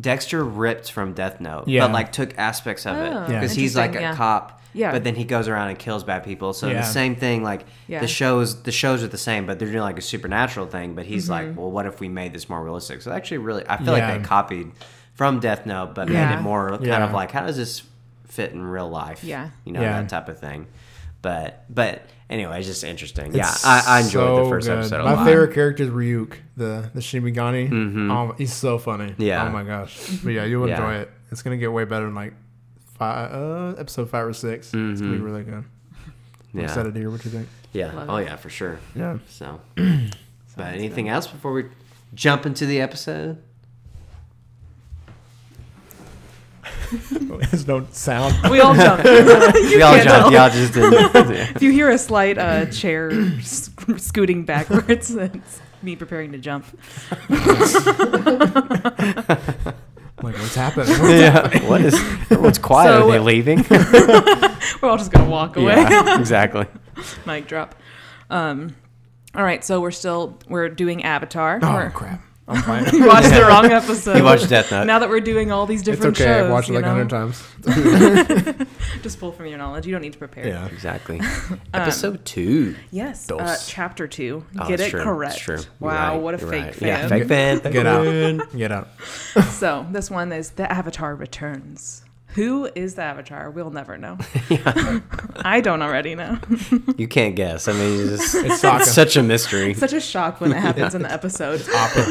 Speaker 3: Dexter ripped from Death Note,
Speaker 1: Yeah.
Speaker 3: but like took aspects of it
Speaker 2: Oh,
Speaker 1: Yeah.
Speaker 3: because he's like a
Speaker 2: interesting, yeah.
Speaker 3: cop.
Speaker 2: Yeah.
Speaker 3: But then he goes around and kills bad people. So
Speaker 1: Yeah.
Speaker 3: the same thing, like
Speaker 2: Yeah.
Speaker 3: the shows, the shows are the same, but they're doing like a supernatural thing. But he's like,
Speaker 2: Mm-hmm.
Speaker 3: well, what if we made this more realistic? So actually, really, I feel
Speaker 1: Yeah.
Speaker 3: like they copied from Death Note, but made
Speaker 2: Yeah.
Speaker 3: it more kind
Speaker 1: Yeah.
Speaker 3: of like, how does this fit in real life?
Speaker 2: Yeah.
Speaker 3: you know
Speaker 1: Yeah.
Speaker 3: that type of thing. But but anyway, it's just interesting. yeah,
Speaker 1: It's
Speaker 3: I, I enjoyed the
Speaker 1: so
Speaker 3: first
Speaker 1: good.
Speaker 3: episode.
Speaker 1: My
Speaker 3: A lot. Mm-hmm.
Speaker 1: favorite character is Ryuk, the the Shimigami. Um, he's so funny.
Speaker 3: Yeah.
Speaker 1: Oh my gosh. But yeah, you'll
Speaker 3: Yeah.
Speaker 1: enjoy it. It's gonna get way better in like five, uh, episode five or 6 It's gonna be really good. I'm
Speaker 3: Mm-hmm. Yeah,
Speaker 1: excited to hear what you think.
Speaker 3: yeah.
Speaker 2: Love
Speaker 3: Oh
Speaker 2: it.
Speaker 3: yeah, for sure.
Speaker 1: Yeah.
Speaker 3: So, but anything else before we jump into the episode?
Speaker 1: There's no sound.
Speaker 2: We all jump.
Speaker 3: we all
Speaker 2: can't
Speaker 3: jumped.
Speaker 2: tell.
Speaker 3: Y'all just didn't.
Speaker 2: if you hear a slight uh, chair sc- scooting backwards, it's me preparing to jump.
Speaker 1: like what's happening? Oh,
Speaker 3: yeah. What is? Everyone's quiet.
Speaker 2: So-
Speaker 3: Are they leaving?
Speaker 2: We're all just going to walk away.
Speaker 3: yeah. Exactly.
Speaker 2: Mic drop. Um, all right, so we're still we're doing Avatar.
Speaker 1: oh
Speaker 2: We're-
Speaker 1: crap.
Speaker 2: we watched the wrong episode.
Speaker 3: You watched Death Note.
Speaker 2: Now that we're doing all these
Speaker 1: It's
Speaker 2: different
Speaker 1: okay.
Speaker 2: shows,
Speaker 1: I've watched it
Speaker 2: you
Speaker 1: like a
Speaker 2: know?
Speaker 1: hundred times.
Speaker 2: Just pull from your knowledge. You don't need to prepare.
Speaker 1: Yeah.
Speaker 3: Exactly. Episode two.
Speaker 2: Yes.
Speaker 1: Dos.
Speaker 2: Uh, chapter two.
Speaker 3: Oh,
Speaker 2: Get
Speaker 3: it's
Speaker 2: it
Speaker 3: true. It's
Speaker 2: correct.
Speaker 3: true. You're
Speaker 2: Wow,
Speaker 3: right.
Speaker 2: what a
Speaker 3: You're
Speaker 2: fake
Speaker 3: right.
Speaker 2: fan.
Speaker 3: Yeah, fake fan.
Speaker 1: Get out. Get out.
Speaker 2: So this one is the Avatar returns. Who is the Avatar? We'll never know. I don't already know.
Speaker 3: You can't guess. I mean, it's, just,
Speaker 1: It's Sokka.
Speaker 3: it's such a mystery.
Speaker 2: Such a shock when it happens in the episode.
Speaker 1: Opera.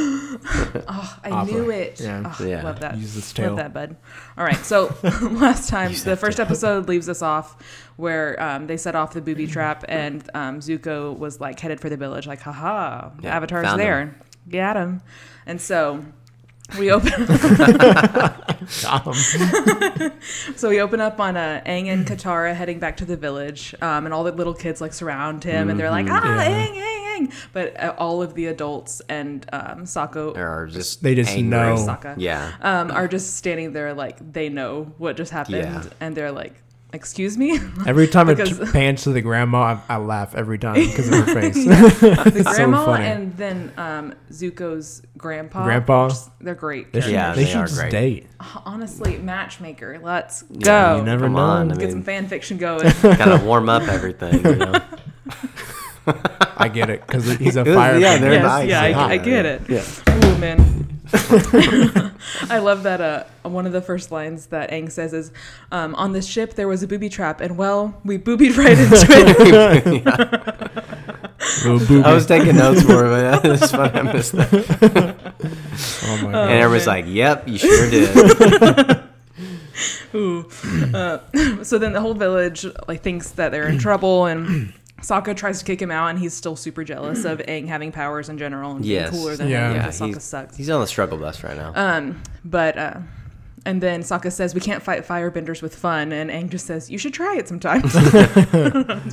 Speaker 2: I
Speaker 1: Opera.
Speaker 2: knew it.
Speaker 1: Yeah.
Speaker 2: Oh,
Speaker 3: Yeah.
Speaker 2: Love that.
Speaker 1: Use this tail.
Speaker 2: Love that, bud. All right. So last time, the first episode leaves us off where um, they set off the booby trap, and um, Zuko was like headed for the village, like, haha, the
Speaker 3: Yeah,
Speaker 2: Avatar's
Speaker 3: found
Speaker 2: there. Got him. And so we open.
Speaker 1: Got 'em.
Speaker 2: So we open up on uh, Aang
Speaker 1: Mm.
Speaker 2: and Katara heading back to the village, um, and all the little kids like surround him, and they're like, "Ah,
Speaker 1: Mm-hmm. Yeah.
Speaker 2: Aang, Aang, Aang!" But uh, all of the adults and um, Sokko
Speaker 3: Or just
Speaker 1: They just
Speaker 3: angry.
Speaker 1: know.
Speaker 2: Sokka
Speaker 3: Yeah.
Speaker 2: um, are just standing there like they know what just happened,
Speaker 3: Yeah.
Speaker 2: and they're like, "Excuse me."
Speaker 1: Every time it
Speaker 2: Because-
Speaker 1: t- pans to the grandma, I, I laugh every time because of her face.
Speaker 2: the grandma
Speaker 1: funny.
Speaker 2: and then um, Zuko's grandpa.
Speaker 1: Grandpa?
Speaker 2: just- they're great.
Speaker 1: They should,
Speaker 3: Yeah,
Speaker 1: they
Speaker 3: they
Speaker 1: should
Speaker 3: are
Speaker 1: just
Speaker 3: great.
Speaker 1: date.
Speaker 2: Honestly, matchmaker. Let's
Speaker 3: Yeah,
Speaker 2: go.
Speaker 1: you never
Speaker 3: Come
Speaker 1: know.
Speaker 3: on. I
Speaker 2: Get some
Speaker 3: mean,
Speaker 2: fan fiction going.
Speaker 3: gotta warm up everything. You know?
Speaker 1: I get it because he's a
Speaker 3: It was-
Speaker 1: fireman.
Speaker 3: yeah, they're
Speaker 2: yes,
Speaker 3: nice.
Speaker 2: yeah,
Speaker 3: Yeah.
Speaker 2: I, I get it.
Speaker 3: Yeah.
Speaker 2: Ooh, man. I love that. Uh, one of the first lines that Aang says is, um, "On this ship there was a booby trap, and well, we boobied right into it."
Speaker 1: Little booby.
Speaker 3: I was taking notes for it, but that's funny. I missed that.
Speaker 1: oh my
Speaker 3: And
Speaker 1: god.
Speaker 3: everyone's
Speaker 2: man.
Speaker 3: like, "Yep, you sure did."
Speaker 2: Ooh. Uh, so then the whole village like thinks that they're in trouble, and Sokka tries to kick him out, and he's still super jealous of Aang having powers in general and
Speaker 3: Yes.
Speaker 2: being cooler than
Speaker 1: Yeah.
Speaker 2: him.
Speaker 1: Yeah,
Speaker 2: because Sokka
Speaker 3: he's,
Speaker 2: sucks.
Speaker 3: he's on the struggle bus right now.
Speaker 2: Um, but uh, And then Sokka says, We can't fight firebenders with fun. And Aang just says, You should try it sometimes.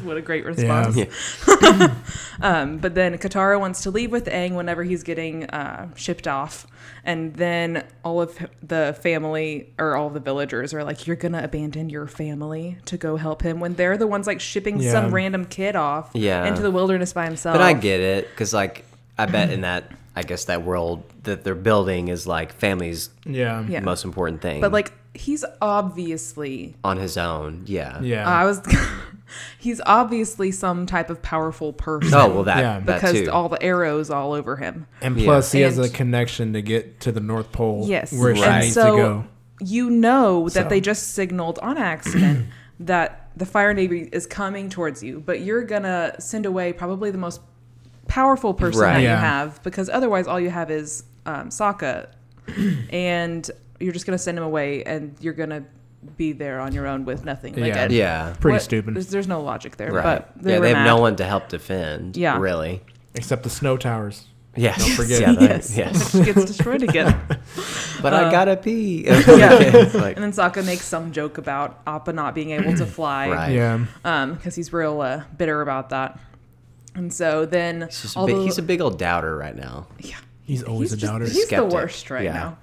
Speaker 2: what a great response.
Speaker 1: Yeah.
Speaker 2: Um, but then Katara wants to leave with Aang whenever he's getting uh, shipped off. And then all of the family or all the villagers are like, You're going to abandon your family to go help him when they're the ones like shipping
Speaker 1: Yeah.
Speaker 2: some random kid off
Speaker 3: Yeah.
Speaker 2: into the wilderness by himself.
Speaker 3: But I get it because, like, I bet in that, I guess that world that they're building is like family's
Speaker 1: Yeah.
Speaker 2: Yeah.
Speaker 3: most important thing.
Speaker 2: But like, he's obviously
Speaker 3: on his own, yeah,
Speaker 1: Yeah.
Speaker 2: I was. he's obviously some type of powerful person.
Speaker 3: Oh well, that
Speaker 1: Yeah.
Speaker 3: that
Speaker 2: because
Speaker 3: too.
Speaker 2: all the arrows all over him.
Speaker 1: and plus, he has
Speaker 2: And-
Speaker 1: a connection to get to the North Pole.
Speaker 2: Yes,
Speaker 1: Where she
Speaker 3: Right.
Speaker 1: needs
Speaker 2: and so
Speaker 1: to go.
Speaker 2: you know that
Speaker 1: So-
Speaker 2: they just signaled on accident that the Fire Navy is coming towards you, but you're gonna send away probably the most powerful person
Speaker 3: Right.
Speaker 2: that you
Speaker 1: Yeah.
Speaker 2: have because otherwise all you have is um, Sokka, and you're just gonna send him away, and you're gonna be there on your own with nothing. Like
Speaker 1: Yeah.
Speaker 2: it-
Speaker 3: yeah,
Speaker 1: Pretty
Speaker 2: what-
Speaker 1: stupid.
Speaker 2: There's, there's no logic there,
Speaker 3: right.
Speaker 2: but they
Speaker 3: yeah,
Speaker 2: were
Speaker 3: they have no
Speaker 2: mad.
Speaker 3: one to help defend.
Speaker 2: Yeah.
Speaker 3: really.
Speaker 1: Except the snow towers.
Speaker 3: Yes.
Speaker 1: Don't forget.
Speaker 3: Yeah, that-
Speaker 2: yes.
Speaker 3: yes.
Speaker 2: Which gets destroyed again.
Speaker 3: But I gotta pee. It's like-
Speaker 2: And then Sokka makes some joke about Appa not being able to fly,
Speaker 3: Right.
Speaker 1: Yeah.
Speaker 2: because he's real uh, bitter about that. And so then,
Speaker 3: He's just a
Speaker 2: all
Speaker 3: big,
Speaker 2: the-
Speaker 3: he's a big old doubter right now.
Speaker 2: yeah,
Speaker 1: He's always a
Speaker 2: just-
Speaker 1: doubter.
Speaker 2: he's
Speaker 3: Skeptic.
Speaker 2: the worst right
Speaker 3: Yeah.
Speaker 2: now.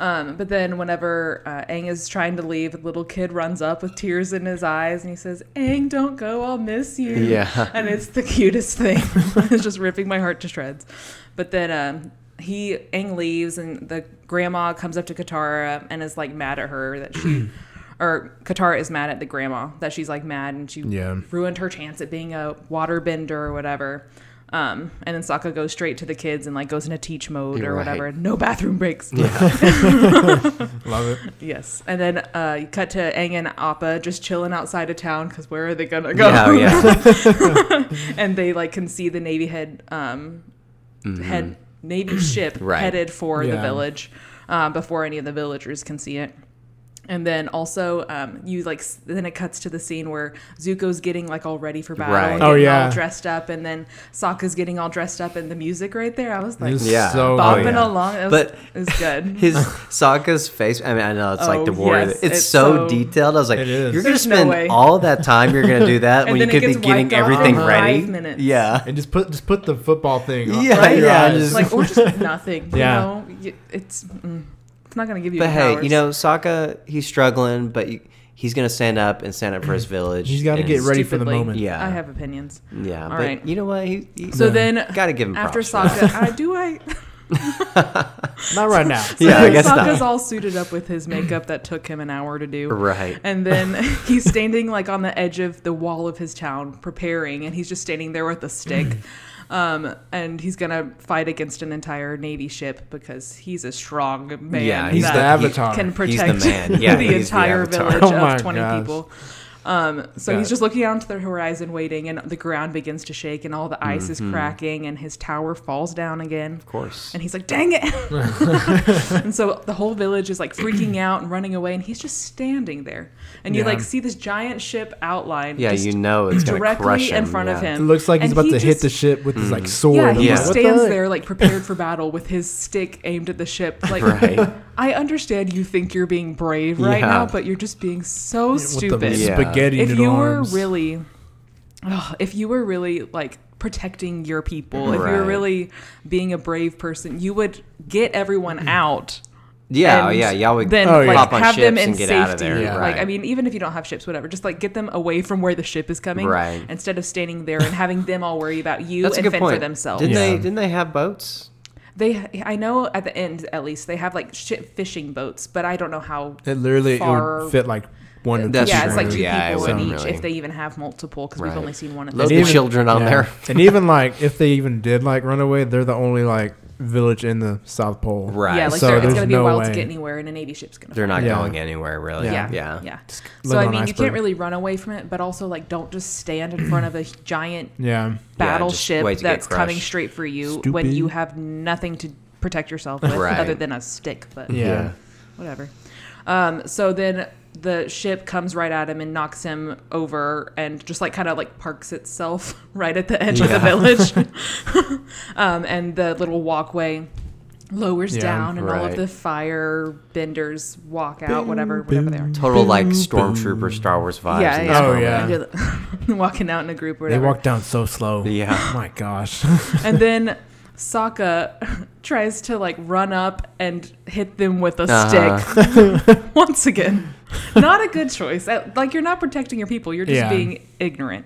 Speaker 2: Um, but then, whenever uh, Aang is trying to leave, the little kid runs up with tears in his eyes and he says, Aang, don't go, I'll miss you.
Speaker 3: Yeah.
Speaker 2: And it's the cutest thing. it's just ripping my heart to shreds. But then um, he, Aang leaves, and the grandma comes up to Katara and is like mad at her that she, or Katara is mad at the grandma that she's like mad and she
Speaker 1: Yeah.
Speaker 2: ruined her chance at being a waterbender or whatever. Um, and then Sokka goes straight to the kids and like goes into teach mode or
Speaker 3: Right.
Speaker 2: whatever. No bathroom breaks.
Speaker 1: Love it.
Speaker 2: Yes. And then uh, you cut to Aang and Appa just chilling outside of town because where are they gonna go?
Speaker 3: Yeah, yeah.
Speaker 2: and they like can see the navy head um head navy ship
Speaker 3: Mm-hmm. Right.
Speaker 2: headed for the
Speaker 1: Yeah.
Speaker 2: village um, before any of the villagers can see it and then also um, you like s- then it cuts to the scene where zuko's getting like all ready for battle
Speaker 3: Right.
Speaker 2: and
Speaker 1: Oh,
Speaker 2: getting
Speaker 1: yeah.
Speaker 2: all dressed up and then Sokka's getting all dressed up and the music right there i was like
Speaker 1: This-
Speaker 3: yeah.
Speaker 1: So- Oh,
Speaker 2: bopping
Speaker 1: yeah.
Speaker 2: along it was,
Speaker 3: But-
Speaker 2: it was good
Speaker 3: His Sokka's face. I mean, I know it's like
Speaker 2: Oh,
Speaker 3: the warrior.
Speaker 2: yes,
Speaker 3: it's,
Speaker 2: it's
Speaker 3: so,
Speaker 2: so-
Speaker 3: detailed. I was like,
Speaker 1: It is.
Speaker 3: you're gonna
Speaker 2: There's no
Speaker 3: spend
Speaker 2: way.
Speaker 3: all that time. You're gonna do that
Speaker 2: And
Speaker 3: when you
Speaker 2: then it
Speaker 3: could be
Speaker 2: gets
Speaker 3: getting
Speaker 2: wiped off in
Speaker 3: everything
Speaker 2: five
Speaker 3: ready.
Speaker 2: minutes.
Speaker 3: Yeah.
Speaker 1: And just put just put the football thing. on-
Speaker 3: Yeah,
Speaker 1: on your
Speaker 3: yeah,
Speaker 1: eyes.
Speaker 3: just-
Speaker 2: like or just nothing
Speaker 1: Yeah.
Speaker 2: you know Y- it's mm, it's not gonna give you
Speaker 3: But hey,
Speaker 2: powers.
Speaker 3: you know, Sokka, he's struggling, but you, he's gonna stand up and stand up for his village.
Speaker 1: He's got to
Speaker 3: and-
Speaker 1: get ready for the
Speaker 2: Stupidly.
Speaker 1: moment.
Speaker 3: Yeah.
Speaker 2: i have opinions
Speaker 3: Yeah.
Speaker 2: All
Speaker 3: but
Speaker 2: right.
Speaker 3: you know what? He, he-
Speaker 2: So
Speaker 1: Yeah.
Speaker 2: then,
Speaker 3: Gotta give him
Speaker 2: after
Speaker 3: props
Speaker 2: Sokka. I do. I
Speaker 1: Not right now.
Speaker 3: Yeah, I guess
Speaker 2: Sokka's
Speaker 3: not.
Speaker 2: all suited up with his makeup that took him an hour to do.
Speaker 3: Right.
Speaker 2: And then he's standing like on the edge of the wall of his town, preparing, and he's just standing there with a stick.
Speaker 3: Mm.
Speaker 2: Um, and he's gonna fight against an entire navy ship because he's a strong man.
Speaker 3: Yeah,
Speaker 1: He's the
Speaker 2: that
Speaker 1: avatar.
Speaker 2: can
Speaker 3: He's the
Speaker 2: protect
Speaker 3: man. Yeah,
Speaker 2: the
Speaker 3: he's the
Speaker 2: entire
Speaker 3: avatar.
Speaker 2: village
Speaker 1: Oh my
Speaker 2: of twenty
Speaker 1: gosh.
Speaker 2: people. Um, so
Speaker 1: Got
Speaker 2: he's
Speaker 1: it.
Speaker 2: just looking out to the horizon, waiting, and the ground begins to shake, and all the ice is
Speaker 3: Mm-hmm.
Speaker 2: cracking, and his tower falls down again.
Speaker 3: Of course.
Speaker 2: And he's like, dang it. and so the whole village is like freaking out and running away, and he's just standing there. And you
Speaker 1: Yeah.
Speaker 2: like see this giant ship outline.
Speaker 3: Yeah,
Speaker 2: just
Speaker 3: you know it's gonna crush
Speaker 2: directly
Speaker 3: him
Speaker 2: in front of
Speaker 3: yeah.
Speaker 1: It
Speaker 2: him.
Speaker 1: looks like he's
Speaker 2: And
Speaker 1: about to
Speaker 2: he
Speaker 1: hit
Speaker 2: just-
Speaker 1: the ship with his like sword.
Speaker 2: Yeah,
Speaker 1: I'm
Speaker 2: he
Speaker 3: Yeah.
Speaker 1: like,
Speaker 2: just
Speaker 1: "What the
Speaker 2: stands
Speaker 1: heck?"
Speaker 2: there like prepared for battle with his stick aimed at the ship. Like,
Speaker 3: Right.
Speaker 2: I understand you think you're being brave right
Speaker 3: Yeah.
Speaker 2: now, but you're just being so
Speaker 1: With the
Speaker 2: stupid.
Speaker 3: Yeah.
Speaker 1: spaghetti
Speaker 2: If
Speaker 1: noodle
Speaker 2: you were
Speaker 1: arms.
Speaker 2: really, ugh, if you were really like protecting your people, if you were
Speaker 3: Right.
Speaker 2: really being a brave person, you would get everyone out.
Speaker 3: Yeah,
Speaker 2: and
Speaker 3: yeah, y'all would
Speaker 2: then
Speaker 1: Oh, yeah.
Speaker 2: like
Speaker 1: Hop
Speaker 3: Mm. on
Speaker 2: have them
Speaker 3: ships
Speaker 2: in
Speaker 3: and get
Speaker 2: safety.
Speaker 3: out of there, Yeah.
Speaker 2: Like
Speaker 3: right.
Speaker 2: I mean, even if you don't have ships, whatever, just like get them away from where the ship is coming,
Speaker 3: Right.
Speaker 2: Instead of standing there and having them all worry about you
Speaker 3: That's a
Speaker 2: and
Speaker 3: good
Speaker 2: fend
Speaker 3: point.
Speaker 2: for themselves.
Speaker 3: Didn't they?
Speaker 1: Yeah.
Speaker 3: Didn't they have boats?
Speaker 2: They, I know at the end at least they have like ship fishing boats, but I don't know how.
Speaker 1: It literally it
Speaker 2: far-
Speaker 1: would fit like one or two.
Speaker 3: That's
Speaker 2: yeah, it's like
Speaker 3: true.
Speaker 2: two
Speaker 3: Yeah, it
Speaker 2: people in
Speaker 3: wouldn't
Speaker 2: each,
Speaker 3: really-
Speaker 2: if they even have multiple, because
Speaker 3: Right.
Speaker 2: we've only seen one at this
Speaker 3: Load the
Speaker 2: point.
Speaker 3: children on
Speaker 1: Yeah.
Speaker 3: there.
Speaker 1: and even like if they even did like run away, they're the only like village in the South Pole.
Speaker 3: Right.
Speaker 2: Yeah, like
Speaker 1: So
Speaker 2: there it's
Speaker 1: there's
Speaker 2: gonna be
Speaker 1: no
Speaker 2: wild to
Speaker 1: way.
Speaker 2: get anywhere, and a navy ship's gonna.
Speaker 3: They're not
Speaker 1: Yeah.
Speaker 3: going anywhere really.
Speaker 1: Yeah.
Speaker 2: yeah,
Speaker 3: yeah.
Speaker 2: yeah.
Speaker 1: live
Speaker 2: So
Speaker 1: on
Speaker 2: I mean, you
Speaker 1: iceberg.
Speaker 2: can't really run away from it, but also like don't just stand in front of a giant
Speaker 1: Yeah.
Speaker 2: battleship
Speaker 3: wait to get
Speaker 2: that's coming
Speaker 3: crushed.
Speaker 2: straight for you when
Speaker 1: Stupid.
Speaker 2: you have nothing to protect yourself with
Speaker 3: Right.
Speaker 2: other than a stick. But
Speaker 1: Yeah.
Speaker 2: whatever. Um, so then the ship comes right at him and knocks him over and just like kind of like parks itself right at the edge of the
Speaker 3: Yeah.
Speaker 2: village um, and the little walkway lowers
Speaker 1: Yeah,
Speaker 2: down and all of
Speaker 3: right.
Speaker 2: the fire benders walk out, whatever, whatever they are.
Speaker 3: Total like stormtrooper Star Wars vibes.
Speaker 2: Yeah,
Speaker 3: in
Speaker 2: yeah.
Speaker 3: this
Speaker 1: Oh,
Speaker 3: moment.
Speaker 1: yeah.
Speaker 2: Walking out in a group or
Speaker 1: They
Speaker 2: whatever.
Speaker 1: walk down so slow.
Speaker 3: Yeah.
Speaker 1: My gosh.
Speaker 2: and then Sokka tries to like run up and hit them with a stick
Speaker 3: Uh-huh.
Speaker 2: once again. Not a good choice. Uh, Like you're not protecting your people. You're just
Speaker 1: Yeah.
Speaker 2: being ignorant.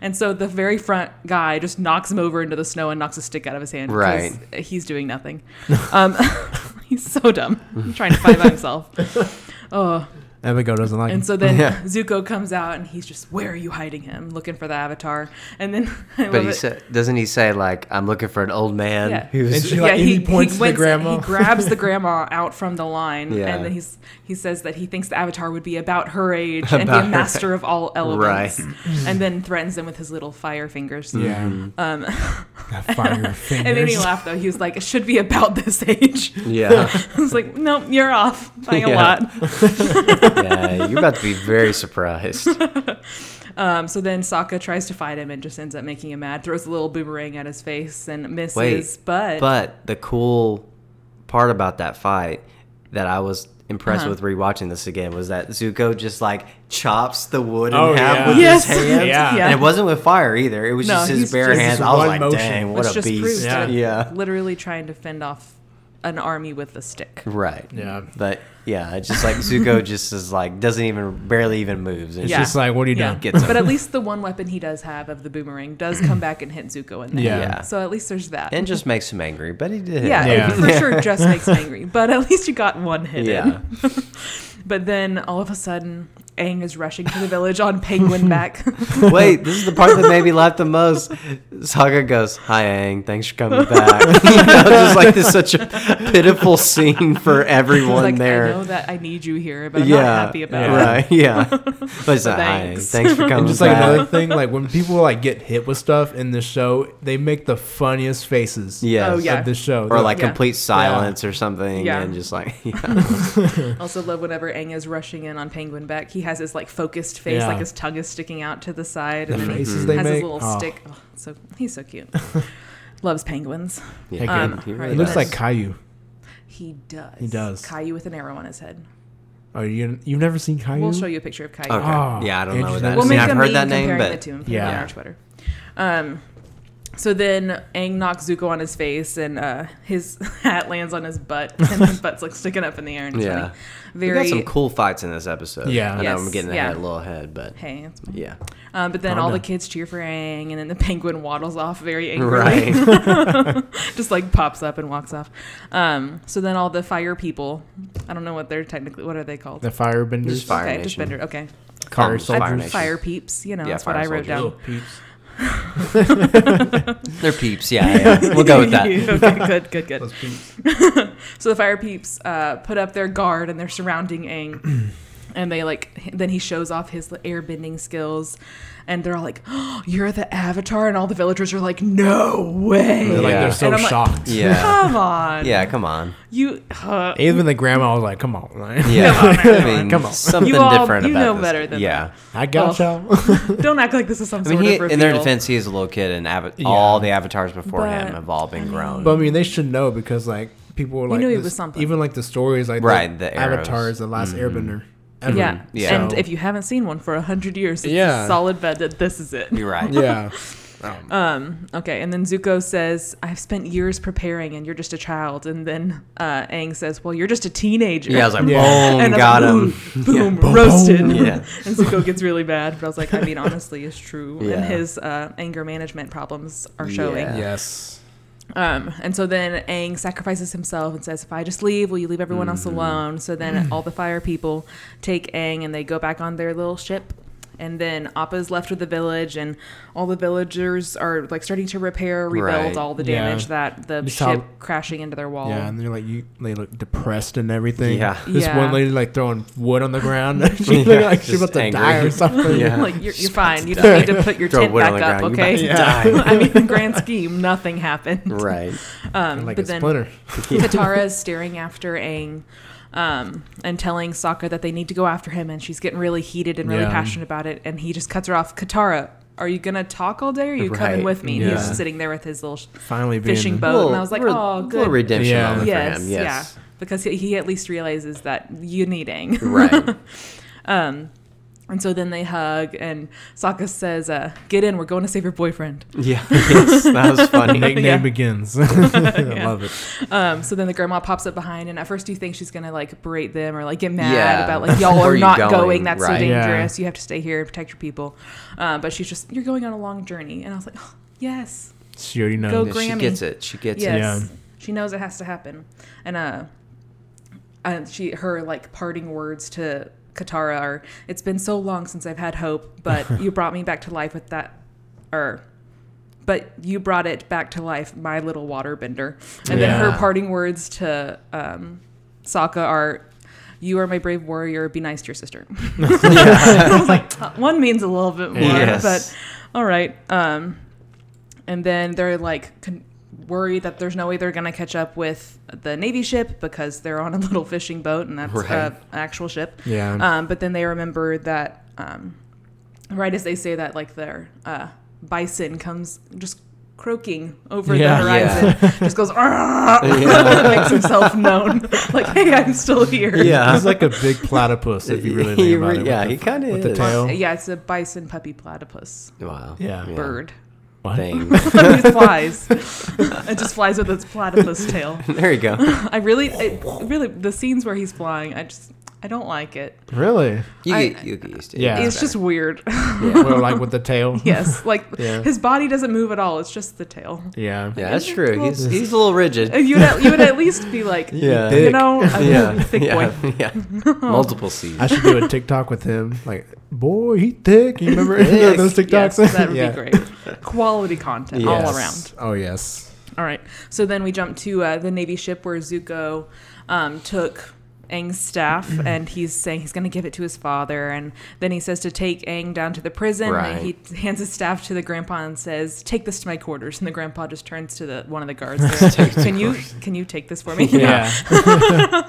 Speaker 2: And so the very front guy just knocks him over into the snow and knocks a stick out of his hand. because He's doing nothing. Um, he's so dumb. He's trying to fight by himself. Oh,
Speaker 1: Abigail doesn't like
Speaker 2: and
Speaker 1: him.
Speaker 2: so then
Speaker 3: Yeah.
Speaker 2: Zuko comes out and he's just, where are you hiding him? Looking for the avatar. And then I
Speaker 3: But
Speaker 2: love
Speaker 3: he
Speaker 2: it.
Speaker 3: sa- doesn't he say like I'm looking for an old man
Speaker 2: Yeah.
Speaker 1: And
Speaker 3: who's
Speaker 1: she like, he, points to the
Speaker 2: went-
Speaker 1: grandma.
Speaker 2: He grabs the grandma out from the line,
Speaker 3: Yeah.
Speaker 2: and then he's he says that he thinks the avatar would be about her age and be
Speaker 3: About
Speaker 2: a
Speaker 3: her
Speaker 2: master of all elements, and then threatens them with his little fire fingers.
Speaker 1: Mm. yeah.
Speaker 3: Mm-hmm.
Speaker 2: Um,
Speaker 1: Fire
Speaker 2: and then he
Speaker 1: fingers.
Speaker 2: laughed though. He was like, "It should be about this age."
Speaker 3: yeah
Speaker 2: I was like, "Nope, you're off by a
Speaker 3: Yeah.
Speaker 2: lot."
Speaker 3: yeah you're about to be very surprised.
Speaker 2: Um, so then Sokka tries to fight him and just ends up making him mad. Throws a little boomerang at his face and misses,
Speaker 3: Wait,
Speaker 2: but
Speaker 3: But the cool part about that fight that I was impressed
Speaker 2: Uh-huh.
Speaker 3: with rewatching this again was that Zuko just like chops the wood in
Speaker 1: Oh,
Speaker 3: half
Speaker 1: yeah.
Speaker 3: with
Speaker 2: Yes.
Speaker 3: his hands.
Speaker 1: Yeah.
Speaker 2: Yeah.
Speaker 3: And it wasn't with fire either. It was
Speaker 2: No,
Speaker 3: just his
Speaker 2: he's
Speaker 3: bare
Speaker 2: just-
Speaker 3: hands.
Speaker 1: Just
Speaker 3: I was
Speaker 1: one
Speaker 3: like,
Speaker 1: motion.
Speaker 3: dang,
Speaker 2: which
Speaker 3: what a
Speaker 2: just proves
Speaker 3: beast.
Speaker 1: Yeah.
Speaker 2: that
Speaker 3: Yeah.
Speaker 2: literally trying to fend off an army with a stick.
Speaker 3: Right.
Speaker 1: Yeah.
Speaker 3: But yeah, it's just like Zuko just is like doesn't even barely even moves. It's
Speaker 2: Yeah.
Speaker 3: just
Speaker 1: Just like, what are you doing?
Speaker 3: Gets him.
Speaker 2: but at least the one weapon he does have of the boomerang does come back and hit Zuko in the
Speaker 1: Yeah.
Speaker 2: head. So at least there's that.
Speaker 3: and just makes him angry. But he did.
Speaker 2: yeah,
Speaker 1: Yeah.
Speaker 2: it for sure just makes him angry. But at least you got one hit
Speaker 3: Yeah.
Speaker 2: in. But then all of a sudden, Aang is rushing to the village on penguin back.
Speaker 3: Wait, this is the part that made me laugh the most. Saga goes, "Hi, Aang. Thanks for coming back." you know, just like this, such a pitiful scene for
Speaker 2: He's
Speaker 3: everyone
Speaker 2: like, I know
Speaker 3: there.
Speaker 2: that I need you here, but I'm
Speaker 3: yeah,
Speaker 2: not happy
Speaker 1: Yeah.
Speaker 2: about it.
Speaker 3: right. Yeah, but it's like, "Hi, Aang.
Speaker 2: Thanks."
Speaker 3: Thanks for coming
Speaker 1: And just like
Speaker 3: back.
Speaker 1: another thing, like when people like get hit with stuff in the show, they make the funniest faces.
Speaker 3: Yes.
Speaker 2: Oh, yeah.
Speaker 1: Of the show.
Speaker 3: Or like
Speaker 2: Yeah.
Speaker 3: complete silence or something,
Speaker 2: Yeah.
Speaker 3: and just like yeah,
Speaker 2: Also love whenever Aang is rushing in on penguin back. He has his like focused face,
Speaker 1: Yeah.
Speaker 2: like his tongue is sticking out to the side,
Speaker 1: the
Speaker 2: and then he
Speaker 3: Mm-hmm.
Speaker 1: faces they
Speaker 2: has
Speaker 1: make.
Speaker 2: his little
Speaker 1: Oh,
Speaker 2: stick. Oh, so he's so cute. Loves penguins.
Speaker 3: yeah.
Speaker 1: heck
Speaker 2: Um,
Speaker 3: He
Speaker 2: it
Speaker 1: yeah. It
Speaker 3: really
Speaker 1: looks
Speaker 3: does.
Speaker 1: like Caillou.
Speaker 2: He does.
Speaker 1: He does.
Speaker 2: Caillou with an arrow on his head.
Speaker 1: Oh, you you've never seen Caillou?
Speaker 2: We'll show you a picture of Caillou.
Speaker 3: Okay.
Speaker 1: Oh,
Speaker 3: yeah, I don't know what that
Speaker 1: interesting.
Speaker 2: We'll make
Speaker 3: is. I mean,
Speaker 2: a
Speaker 3: I've
Speaker 2: meme
Speaker 3: heard that name,
Speaker 2: comparing
Speaker 3: but
Speaker 2: the two and put it on
Speaker 1: Yeah.
Speaker 2: our Twitter. Um, so then Aang knocks Zuko on his face, and uh, his hat lands on his butt, and his butt's like sticking up in the air. And it's
Speaker 3: Yeah.
Speaker 2: funny.
Speaker 3: we
Speaker 2: very
Speaker 3: got some cool fights in this episode.
Speaker 1: Yeah.
Speaker 3: I know I'm
Speaker 2: Yes,
Speaker 3: getting
Speaker 2: yeah.
Speaker 3: ahead, a little ahead, but
Speaker 2: hey. it's-
Speaker 3: yeah,
Speaker 2: Um, but then all
Speaker 1: Honda.
Speaker 2: the kids cheer for Aang, and then the penguin waddles off very angrily.
Speaker 3: right.
Speaker 2: just like pops up and walks off. Um, so then all the fire people, I don't know what they're technically, what are they called?
Speaker 1: The firebenders.
Speaker 3: Just fire
Speaker 2: okay, just
Speaker 3: nation.
Speaker 2: Bender. Okay,
Speaker 1: Fire
Speaker 3: Calm,
Speaker 1: soldiers.
Speaker 3: Fire
Speaker 2: fire,
Speaker 3: Nation.
Speaker 2: peeps. You know,
Speaker 3: Yeah,
Speaker 2: that's what
Speaker 3: fire
Speaker 2: I wrote
Speaker 3: soldiers.
Speaker 2: down.
Speaker 1: Little peeps.
Speaker 3: They're peeps. Yeah, yeah. We'll go with that.
Speaker 2: okay, good, good, good.
Speaker 1: Those peeps.
Speaker 2: So the fire peeps uh, put up their guard and they're surrounding Aang. And they like, h- then he shows off his airbending skills, and they're all like, oh, "You're the Avatar!" And all the villagers are like, "No way!"
Speaker 1: They're like
Speaker 3: Yeah.
Speaker 1: they're so
Speaker 2: And I'm like-
Speaker 1: shocked.
Speaker 3: Yeah.
Speaker 2: Come on,
Speaker 3: Yeah, come on.
Speaker 2: you, uh,
Speaker 1: Even the grandma was like, "Come on, man.
Speaker 3: Yeah,
Speaker 2: Come on,
Speaker 3: I
Speaker 2: man.
Speaker 3: mean,
Speaker 1: Come on.
Speaker 3: something
Speaker 2: You all-
Speaker 3: different
Speaker 2: you
Speaker 3: about
Speaker 2: know
Speaker 3: this.
Speaker 2: better than
Speaker 3: yeah.
Speaker 1: I got y'all."
Speaker 2: don't act like this is some
Speaker 3: I
Speaker 2: sort
Speaker 3: mean, he,
Speaker 2: of reveal.
Speaker 3: in their defense, he is a little kid, and ava- all the avatars before him
Speaker 2: But-
Speaker 3: have all been grown.
Speaker 1: But I mean, they should know because like people were like,
Speaker 2: knew it
Speaker 1: this-
Speaker 2: was something.
Speaker 1: Even like the stories, like
Speaker 3: Right, the arrows. Mm-hmm.
Speaker 1: Avatar is the last Airbender. Ever.
Speaker 2: Yeah.
Speaker 3: Yeah.
Speaker 2: And
Speaker 1: So-
Speaker 2: if you haven't seen one for a hundred years, it's
Speaker 1: Yeah.
Speaker 2: a solid bet that this is it.
Speaker 3: You're right.
Speaker 1: yeah,
Speaker 2: Um, okay. And then Zuko says, I've spent years preparing and you're just a child. And then uh, Aang says, Well, you're just a teenager.
Speaker 3: Yeah, I was like,
Speaker 1: Yeah.
Speaker 3: boom,
Speaker 2: And I'm
Speaker 3: got
Speaker 2: like,
Speaker 3: him.
Speaker 2: "Ooh, Boom, roasted.
Speaker 3: Yeah.
Speaker 2: and Zuko gets really bad. But I was like, I mean, honestly, it's true.
Speaker 3: Yeah.
Speaker 2: And his uh, anger management problems are showing.
Speaker 3: Yeah.
Speaker 1: yes,
Speaker 2: Um, and so then Aang sacrifices himself and says, If I just leave, will you leave everyone
Speaker 1: Mm-hmm.
Speaker 2: else alone? So then all the fire people take Aang and they go back on their little ship. And then Appa's left with the village, and all the villagers are like starting to repair, rebuild
Speaker 3: Right.
Speaker 2: all the
Speaker 1: Yeah.
Speaker 2: damage that the
Speaker 1: Just
Speaker 2: ship
Speaker 1: how-
Speaker 2: crashing into their wall.
Speaker 1: yeah. And they're like, you, they look depressed and everything.
Speaker 3: Yeah.
Speaker 1: this
Speaker 2: Yeah.
Speaker 1: one lady like throwing wood on the ground. she
Speaker 3: Yeah,
Speaker 1: looked like she's
Speaker 3: just
Speaker 1: about to
Speaker 3: angry.
Speaker 1: die or something.
Speaker 3: Yeah.
Speaker 2: Like, you're, you're fine. You don't need to put your
Speaker 3: Throw
Speaker 2: tent
Speaker 3: wood on
Speaker 2: back
Speaker 3: the
Speaker 2: up,
Speaker 3: ground. You're
Speaker 2: okay?
Speaker 3: about to
Speaker 2: I mean, in grand scheme, nothing happened.
Speaker 3: Right.
Speaker 2: Um,
Speaker 1: Like
Speaker 2: but
Speaker 1: a
Speaker 2: then
Speaker 1: splinter.
Speaker 2: Katara is staring after Aang um, and telling Sokka that they need to go after him, and she's getting really heated and really
Speaker 1: Yeah.
Speaker 2: passionate about it. And he just cuts her off. Katara, are you gonna talk all day? Or are you coming
Speaker 3: Right.
Speaker 2: with me?" And He's
Speaker 1: Yeah.
Speaker 2: just sitting there with his little sh-
Speaker 1: Finally being
Speaker 2: fishing boat, and I was like,
Speaker 3: re-
Speaker 2: "Oh,
Speaker 3: Little
Speaker 2: good."
Speaker 3: redemption
Speaker 1: Yeah.
Speaker 3: moment
Speaker 2: yes,
Speaker 3: for him. Yes.
Speaker 2: yeah, because he, he at least realizes that you need Aang. Um,
Speaker 3: Right.
Speaker 2: And so then they hug, and Sokka says, uh, "Get in, we're going to save your boyfriend."
Speaker 3: Yeah. Yes, that was funny.
Speaker 1: Nickname
Speaker 2: Yeah.
Speaker 1: begins. I love it.
Speaker 2: Um, so then the grandma pops up behind, and at first you think she's gonna like berate them or like get mad
Speaker 3: Yeah.
Speaker 2: about like y'all
Speaker 3: Where
Speaker 2: are
Speaker 3: you
Speaker 2: not
Speaker 3: going?
Speaker 2: going. That's so
Speaker 3: Right.
Speaker 1: Yeah.
Speaker 2: dangerous. You have to stay here and protect your people. Um, but she's just, "You're going on a long journey," and I was like, oh, "Yes,
Speaker 1: She already knows.
Speaker 2: Go
Speaker 3: Yeah, she
Speaker 2: Grammy.
Speaker 3: gets it. She gets it.
Speaker 2: yes."
Speaker 1: Yeah.
Speaker 2: She knows it has to happen, and uh, uh, she her like parting words to Katara are, "It's been so long since I've had hope, but you brought me back to life with that, or." But you brought it back to life, my little waterbender. And then
Speaker 1: Yeah.
Speaker 2: her parting words to um, Sokka are, "You are my brave warrior. Be nice to your sister." I was like, "Huh, one means a little bit more,
Speaker 3: Yes.
Speaker 2: but all right. Um, and then they're like con- worried that there's no way they're gonna catch up with the navy ship because they're on a little fishing boat and that's
Speaker 3: Right.
Speaker 2: uh, an actual ship.
Speaker 1: Yeah.
Speaker 2: Um, but then they remember that um, right as they say that, like their uh, bison comes just croaking over
Speaker 1: Yeah.
Speaker 2: the horizon, just goes "Arrgh," makes himself known, like hey, I'm still here.
Speaker 3: Yeah.
Speaker 1: He's like a big platypus if you really
Speaker 3: He
Speaker 1: think
Speaker 3: re-
Speaker 1: about it. with
Speaker 3: yeah,
Speaker 1: the-
Speaker 3: he kinda
Speaker 1: with the
Speaker 3: is.
Speaker 1: tail.
Speaker 2: Yeah, it's a bison puppy platypus
Speaker 3: Wow.
Speaker 1: Yeah.
Speaker 2: bird.
Speaker 1: What?
Speaker 3: Thing.
Speaker 2: it flies. it just flies with its platypus tail.
Speaker 3: there you go.
Speaker 2: I really, it, really, the scenes where he's flying, I just, I don't like it.
Speaker 1: Really?
Speaker 3: You
Speaker 2: I-
Speaker 3: get, you get used to it.
Speaker 1: Yeah.
Speaker 2: It's just weird.
Speaker 1: Well, like with the tail.
Speaker 2: yes, like
Speaker 1: Yeah.
Speaker 2: his body doesn't move at all. It's just the tail.
Speaker 1: Yeah.
Speaker 3: Yeah, that's true.
Speaker 2: Well-
Speaker 3: He's he's a little rigid.
Speaker 2: And you would, at, you would at least be like,
Speaker 3: Yeah.
Speaker 2: you know, a
Speaker 3: Yeah.
Speaker 2: thick boy.
Speaker 3: yeah. yeah. Multiple C's.
Speaker 1: I should do a TikTok with him. Like, boy, he thick. You remember
Speaker 3: Thick.
Speaker 1: those
Speaker 2: Yes,
Speaker 1: TikToks?
Speaker 2: that would
Speaker 1: Yeah.
Speaker 2: be great. Quality content all
Speaker 3: Yes.
Speaker 2: around.
Speaker 1: Oh yes.
Speaker 2: All right. So then we jump to uh, the Navy ship where Zuko um, took Aang's staff, and he's saying he's going to give it to his father. And then he says to take Aang down to the prison. And
Speaker 3: Right.
Speaker 2: he hands his staff to the grandpa and says, "Take this to my quarters." And the grandpa just turns to the one of the guards. There, can you can you take this for me?
Speaker 1: Yeah.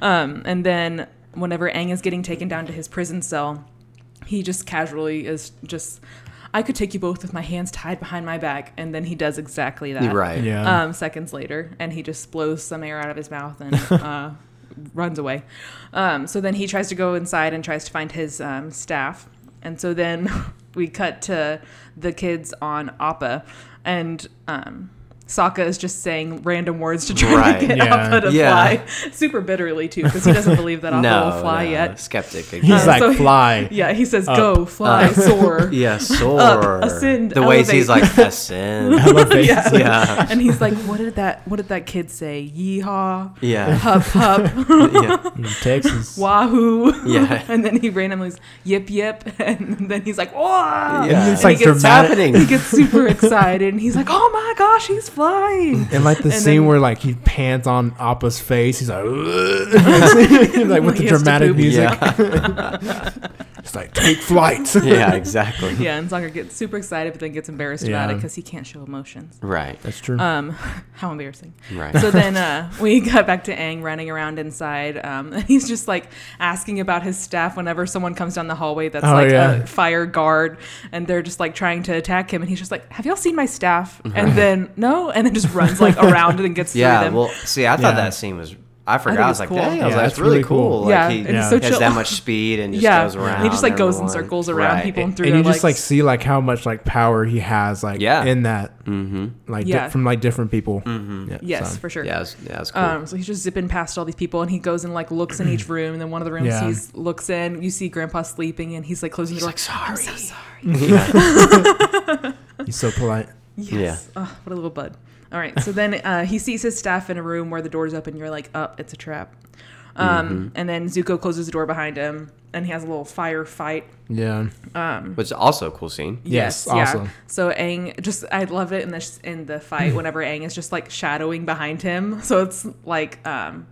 Speaker 2: Um, and then whenever Aang is getting taken down to his prison cell, he just casually is just. I could take you both with my hands tied behind my back, and then he does exactly that
Speaker 3: You're right.
Speaker 1: Yeah.
Speaker 2: um, seconds later, and he just blows some air out of his mouth and uh, runs away. Um, so then he tries to go inside and tries to find his um, staff, and so then we cut to the kids on Appa, and um, Sokka is just saying random words to try
Speaker 3: Right,
Speaker 2: to get
Speaker 1: yeah.
Speaker 2: Appa to
Speaker 3: Yeah.
Speaker 2: fly, super bitterly too, because he doesn't believe that Appa
Speaker 3: No,
Speaker 2: will fly
Speaker 3: no,
Speaker 2: yet.
Speaker 3: Skeptic.
Speaker 1: He's
Speaker 2: um,
Speaker 1: like
Speaker 2: so-
Speaker 1: fly.
Speaker 2: Yeah, he says, "Go, fly,
Speaker 1: Uh,
Speaker 2: soar."
Speaker 3: yeah, soar.
Speaker 2: ascend,
Speaker 3: the ways he's like
Speaker 2: elevate.
Speaker 3: ascend.
Speaker 1: Elevate.
Speaker 2: Yeah.
Speaker 3: Yeah.
Speaker 2: and he's like, "What did that? What did that kid say? Yeehaw,
Speaker 3: Yeah.
Speaker 2: hup hup."
Speaker 3: yeah.
Speaker 1: In Texas.
Speaker 2: wahoo.
Speaker 3: Yeah.
Speaker 2: and then he randomly is yip yip. And then he's like, oh.
Speaker 1: Yeah.
Speaker 3: yeah.
Speaker 1: it's like
Speaker 2: he gets-
Speaker 1: dramatic-
Speaker 2: He gets super excited and he's like, oh my gosh, he's flying.
Speaker 1: And like the
Speaker 2: And
Speaker 1: scene
Speaker 2: then-
Speaker 1: where like he pants on Appa's face, he's like, like with
Speaker 2: He
Speaker 1: the
Speaker 2: has to
Speaker 1: dramatic
Speaker 2: poop.
Speaker 1: music.
Speaker 3: Yeah.
Speaker 1: It's like take flight.
Speaker 3: yeah, exactly.
Speaker 2: Yeah, and Sokka gets super excited, but then gets embarrassed about
Speaker 1: Yeah.
Speaker 2: it because he can't show emotions.
Speaker 3: Right.
Speaker 1: That's true.
Speaker 2: Um, how embarrassing.
Speaker 3: Right.
Speaker 2: So then uh, we got back to Aang running around inside, um, and he's just like asking about his staff whenever someone comes down the hallway that's
Speaker 1: Oh,
Speaker 2: like
Speaker 1: yeah.
Speaker 2: a fire guard, and they're just like trying to attack him, and he's just like, "Have y'all seen my staff?" And then no, and then just runs like around and gets
Speaker 3: yeah.
Speaker 2: through them.
Speaker 3: Well, see, I thought
Speaker 1: Yeah.
Speaker 3: that scene was. I forgot.
Speaker 2: think
Speaker 3: I,
Speaker 2: it's
Speaker 3: was like,
Speaker 2: cool.
Speaker 3: dang.
Speaker 1: Yeah,
Speaker 3: I was like,
Speaker 1: that's
Speaker 3: that's really
Speaker 1: really
Speaker 3: cool.
Speaker 1: cool.
Speaker 2: Yeah,
Speaker 3: Like, he
Speaker 2: and it's
Speaker 1: Yeah.
Speaker 2: so
Speaker 3: has
Speaker 2: chill.
Speaker 3: that much speed and just
Speaker 2: yeah,
Speaker 3: goes around.
Speaker 2: and he just like goes in
Speaker 3: everyone.
Speaker 2: circles around
Speaker 3: Right.
Speaker 2: people and through
Speaker 1: and
Speaker 2: their
Speaker 1: you just like
Speaker 2: legs.
Speaker 1: see like how much like power he has like
Speaker 3: Yeah.
Speaker 1: in that
Speaker 3: Mm-hmm.
Speaker 1: like di-
Speaker 2: Yeah.
Speaker 1: from like different people mm-hmm. yeah,
Speaker 2: yes,
Speaker 1: so.
Speaker 2: for sure.
Speaker 3: Yeah, it's, yeah, it's cool.
Speaker 2: Um, so he's just zipping past all these people, and he goes and like looks in each room. And then one of the rooms
Speaker 1: Yeah.
Speaker 2: he's looks in. You see Grandpa sleeping, and he's like closing the door. I'm so sorry.
Speaker 1: he's so polite
Speaker 2: Yes. Ugh, what a little bud. All right. So then uh, he sees his staff in a room where the door's open. You're like, oh, it's a trap. Um,
Speaker 3: Mm-hmm.
Speaker 2: And then Zuko closes the door behind him and he has a little fire fight.
Speaker 1: yeah
Speaker 3: Which is also a cool scene.
Speaker 1: Yes, awesome.
Speaker 2: So Aang just, I love it in this in the fight whenever Aang is just like shadowing behind him. So it's like, um,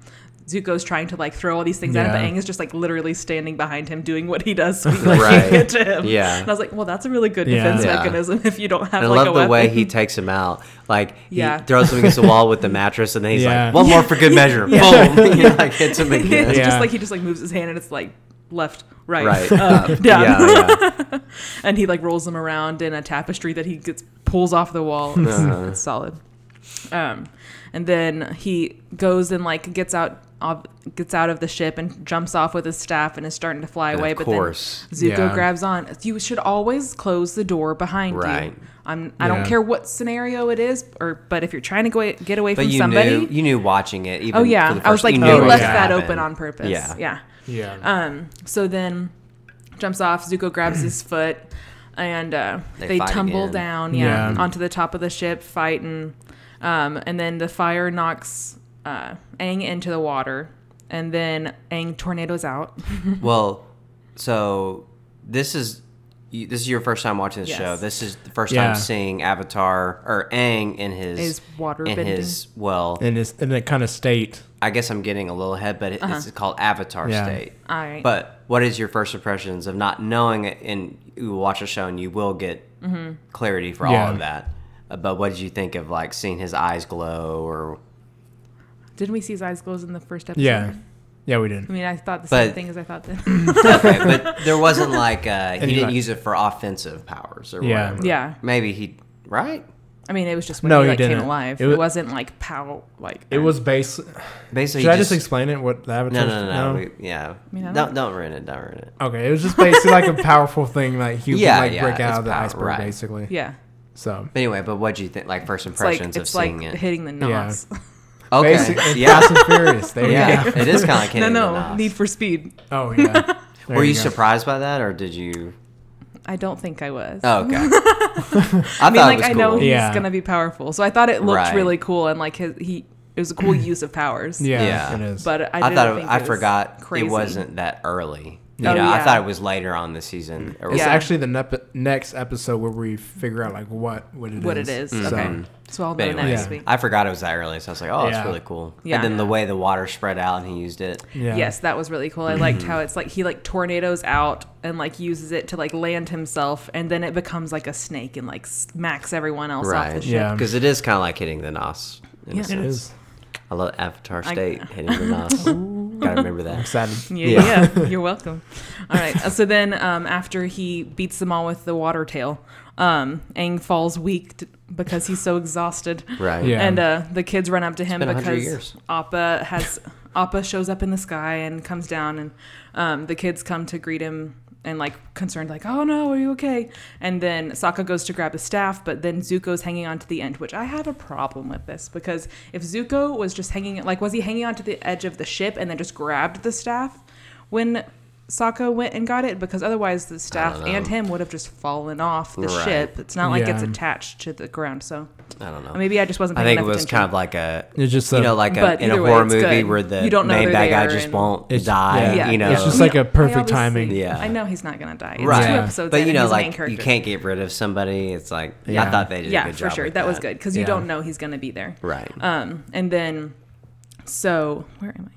Speaker 2: Zuko's trying to like throw all these things at
Speaker 1: Yeah.
Speaker 2: him, but Aang is just like literally standing behind him doing what he does. So he, like,
Speaker 3: Right.
Speaker 2: can't get to him.
Speaker 3: Yeah.
Speaker 2: And I was like, well, that's a really good
Speaker 1: Yeah.
Speaker 2: defense
Speaker 3: Yeah.
Speaker 2: mechanism if you don't have
Speaker 3: And I
Speaker 2: like
Speaker 3: love
Speaker 2: a
Speaker 3: the way
Speaker 2: weapon.
Speaker 3: he takes him out. Like
Speaker 2: Yeah.
Speaker 3: he throws him against the wall with the mattress, and then he's
Speaker 1: Yeah.
Speaker 3: like, "One more for good measure."
Speaker 2: Yeah.
Speaker 3: Boom! he like hits him again.
Speaker 2: it's
Speaker 1: Yeah.
Speaker 2: just like he just like moves his hand and it's like left right,
Speaker 3: Right. Uh,
Speaker 2: up, down.
Speaker 3: Yeah, yeah.
Speaker 2: and he like rolls them around in a tapestry that he gets pulls off the wall. It's,
Speaker 3: Uh-huh.
Speaker 2: it's solid. Um, and then he goes and like gets out of gets out of the ship and jumps off with his staff and is starting to fly
Speaker 3: And
Speaker 2: away.
Speaker 3: of
Speaker 2: but
Speaker 3: course.
Speaker 2: then Zuko
Speaker 1: Yeah.
Speaker 2: grabs on. You should always close the door behind
Speaker 3: Right.
Speaker 2: you. I'm, I
Speaker 1: Yeah.
Speaker 2: don't care what scenario it is, or but if you're trying to go get away
Speaker 3: But
Speaker 2: from
Speaker 3: you
Speaker 2: somebody,
Speaker 3: knew you knew watching it. Even
Speaker 2: oh
Speaker 3: for
Speaker 2: yeah,
Speaker 3: the
Speaker 2: I was
Speaker 3: first-
Speaker 2: like
Speaker 3: you
Speaker 2: they
Speaker 3: knew it was
Speaker 2: left
Speaker 3: gonna
Speaker 2: that
Speaker 3: happen.
Speaker 2: open on purpose.
Speaker 3: Yeah.
Speaker 2: yeah.
Speaker 1: Yeah.
Speaker 2: Um, so then jumps off, Zuko grabs his foot, and uh,
Speaker 3: They
Speaker 2: they,
Speaker 3: fight
Speaker 2: tumble
Speaker 3: again.
Speaker 2: down, yeah,
Speaker 1: Yeah.
Speaker 2: onto the top of the ship, fighting. Um, and then the fire knocks uh, Aang into the water, and then Aang tornadoes out.
Speaker 3: Well, so this is you- this is your first time watching this
Speaker 2: Yes.
Speaker 3: show. This is the first
Speaker 1: Yeah.
Speaker 3: time seeing Avatar or Aang in his
Speaker 2: His water
Speaker 3: in
Speaker 2: bending.
Speaker 3: his well.
Speaker 1: in this in that kind of state.
Speaker 3: I guess I'm getting a little ahead, but
Speaker 2: Uh-huh.
Speaker 3: it, it's called Avatar
Speaker 1: Yeah.
Speaker 3: State.
Speaker 2: All right.
Speaker 3: But what is your first impressions of not knowing it? And you watch a show and you will get
Speaker 2: Mm-hmm.
Speaker 3: clarity for
Speaker 1: Yeah.
Speaker 3: all of that. Uh, But what did you think of like seeing his eyes glow or?
Speaker 2: Didn't we see his eyes close in the first episode?
Speaker 1: Yeah, yeah, we
Speaker 2: I
Speaker 1: did.
Speaker 2: mean, I thought the
Speaker 3: But-
Speaker 2: same thing as I thought then.
Speaker 3: Okay, but there wasn't like uh, he
Speaker 1: he,
Speaker 3: didn't
Speaker 1: like-
Speaker 3: use it for offensive powers or
Speaker 1: Yeah.
Speaker 3: whatever.
Speaker 2: yeah.
Speaker 3: Maybe he right.
Speaker 2: I mean, it was just when
Speaker 1: No,
Speaker 2: he
Speaker 1: he
Speaker 2: like, came
Speaker 1: didn't.
Speaker 2: alive.
Speaker 1: It
Speaker 2: It,
Speaker 1: wa-
Speaker 2: wasn't like pow, like
Speaker 1: It was based. Should
Speaker 3: Basically,
Speaker 1: I
Speaker 3: just-
Speaker 1: just explain it? What the
Speaker 3: No,
Speaker 1: Avatar?
Speaker 3: no, no, no. We, yeah.
Speaker 2: mean, I
Speaker 3: don't don't ruin it. Don't ruin it.
Speaker 1: Okay, it was just basically like a powerful thing like he would
Speaker 3: Yeah,
Speaker 1: like
Speaker 3: yeah,
Speaker 1: break
Speaker 3: it's
Speaker 1: out of the
Speaker 3: power-
Speaker 1: iceberg
Speaker 3: right.
Speaker 1: basically.
Speaker 2: yeah.
Speaker 1: So
Speaker 3: But anyway, but what do you think? Like first
Speaker 2: It's like
Speaker 3: impressions
Speaker 2: it's
Speaker 3: of
Speaker 2: like
Speaker 3: seeing it.
Speaker 2: hitting the
Speaker 1: Yeah.
Speaker 2: knobs.
Speaker 3: Okay.
Speaker 1: basically,
Speaker 3: yeah.
Speaker 1: Fast and Furious. There
Speaker 3: Yeah.
Speaker 1: you go.
Speaker 3: It is kind of like
Speaker 2: no,
Speaker 3: hitting the
Speaker 2: no,
Speaker 3: knobs.
Speaker 2: Need for Speed.
Speaker 1: Oh yeah. There
Speaker 3: Were you
Speaker 1: go.
Speaker 3: surprised by that, or did you?
Speaker 2: I don't think I was.
Speaker 3: Oh, okay. I,
Speaker 2: I
Speaker 3: thought
Speaker 2: mean,
Speaker 3: it
Speaker 2: like
Speaker 3: was
Speaker 2: I
Speaker 3: cool.
Speaker 2: know he's
Speaker 1: Yeah.
Speaker 2: gonna be powerful, so I thought it looked
Speaker 3: Right.
Speaker 2: really cool and like his, he it was a cool use of powers.
Speaker 1: Mm. Yeah,
Speaker 3: Yeah.
Speaker 1: it is.
Speaker 2: but I,
Speaker 3: I
Speaker 2: didn't
Speaker 3: thought it,
Speaker 2: think
Speaker 3: I
Speaker 2: was
Speaker 3: forgot
Speaker 2: crazy.
Speaker 3: it wasn't that early. You
Speaker 2: Oh,
Speaker 3: know, I
Speaker 2: yeah.
Speaker 3: thought it was later on the season. Or
Speaker 1: it's
Speaker 2: Yeah.
Speaker 1: actually the nep- next episode where we figure out like what what it is.
Speaker 2: what it is.
Speaker 3: Mm.
Speaker 1: So,
Speaker 2: Okay, so I'll
Speaker 3: But
Speaker 2: know
Speaker 3: anyway,
Speaker 2: next
Speaker 1: Yeah.
Speaker 2: week.
Speaker 3: I forgot it was that early, so I was like, "Oh, it's
Speaker 1: Yeah.
Speaker 3: really cool."
Speaker 2: Yeah.
Speaker 3: And then the way the water spread out and he used it.
Speaker 1: Yeah.
Speaker 2: Yes, that was really cool. I
Speaker 3: Mm-hmm.
Speaker 2: liked how it's like he like tornadoes out and like uses it to like land himself, and then it becomes like a snake and like smacks everyone else off the
Speaker 3: Right.
Speaker 2: ship.
Speaker 1: Yeah.
Speaker 3: Because it is kind of like hitting the nos. in a
Speaker 2: Yeah.
Speaker 3: sense.
Speaker 1: It is.
Speaker 3: I love Avatar
Speaker 2: I-
Speaker 3: State hitting the nos. Gotta remember that.
Speaker 1: Excited.
Speaker 2: Yeah, yeah. you're welcome. All right. uh, So then, um, after he beats them all with the water tail, um, Aang falls weak t- because he's so exhausted.
Speaker 3: Right.
Speaker 1: Yeah.
Speaker 2: And uh, the kids run up to him
Speaker 3: been 100
Speaker 2: because
Speaker 3: years.
Speaker 2: Appa has Appa shows up in the sky and comes down, and um, the kids come to greet him and like concerned, like, "Oh no, are you okay?" And then Sokka goes to grab his staff, but then Zuko's hanging onto the end, which I have a problem with this because if Zuko was just hanging, like, was he hanging onto the edge of the ship and then just grabbed the staff when? Sokka went and got it because otherwise the staff
Speaker 3: know.
Speaker 2: and him would have just fallen off the
Speaker 3: Right.
Speaker 2: ship. It's not like it's
Speaker 1: Yeah.
Speaker 2: attached to the ground, so
Speaker 3: I don't know.
Speaker 2: maybe I just wasn't.
Speaker 3: I
Speaker 2: Paying
Speaker 3: think it
Speaker 2: enough
Speaker 3: was
Speaker 2: attention.
Speaker 3: kind of like a,
Speaker 1: It's just
Speaker 3: you
Speaker 1: a-
Speaker 3: know, like a,
Speaker 2: But
Speaker 3: in a
Speaker 2: either way,
Speaker 3: horror
Speaker 2: it's
Speaker 3: movie
Speaker 2: good.
Speaker 3: where the
Speaker 2: You don't know
Speaker 3: main
Speaker 2: they're
Speaker 3: bad guy
Speaker 2: there
Speaker 3: just
Speaker 2: and-
Speaker 3: won't
Speaker 1: It's-
Speaker 3: die.
Speaker 1: yeah.
Speaker 3: You know,
Speaker 1: It's just
Speaker 2: I
Speaker 1: like a
Speaker 2: mean, I
Speaker 1: perfect
Speaker 2: obviously-
Speaker 1: timing.
Speaker 3: Yeah.
Speaker 2: I know he's not gonna die. It's
Speaker 3: right.
Speaker 2: two
Speaker 1: Yeah.
Speaker 2: episodes,
Speaker 3: but
Speaker 2: in
Speaker 3: you
Speaker 2: and
Speaker 3: know,
Speaker 2: he's
Speaker 3: like
Speaker 2: the main
Speaker 3: you
Speaker 2: character.
Speaker 3: can't get rid of somebody. It's like I
Speaker 1: Yeah.
Speaker 3: thought they did a
Speaker 2: Yeah,
Speaker 3: good
Speaker 2: for
Speaker 3: job.
Speaker 2: sure.
Speaker 3: with
Speaker 2: That, was good because you
Speaker 1: Yeah.
Speaker 2: don't know he's gonna be there.
Speaker 3: Right.
Speaker 2: Um, and then, so where am I?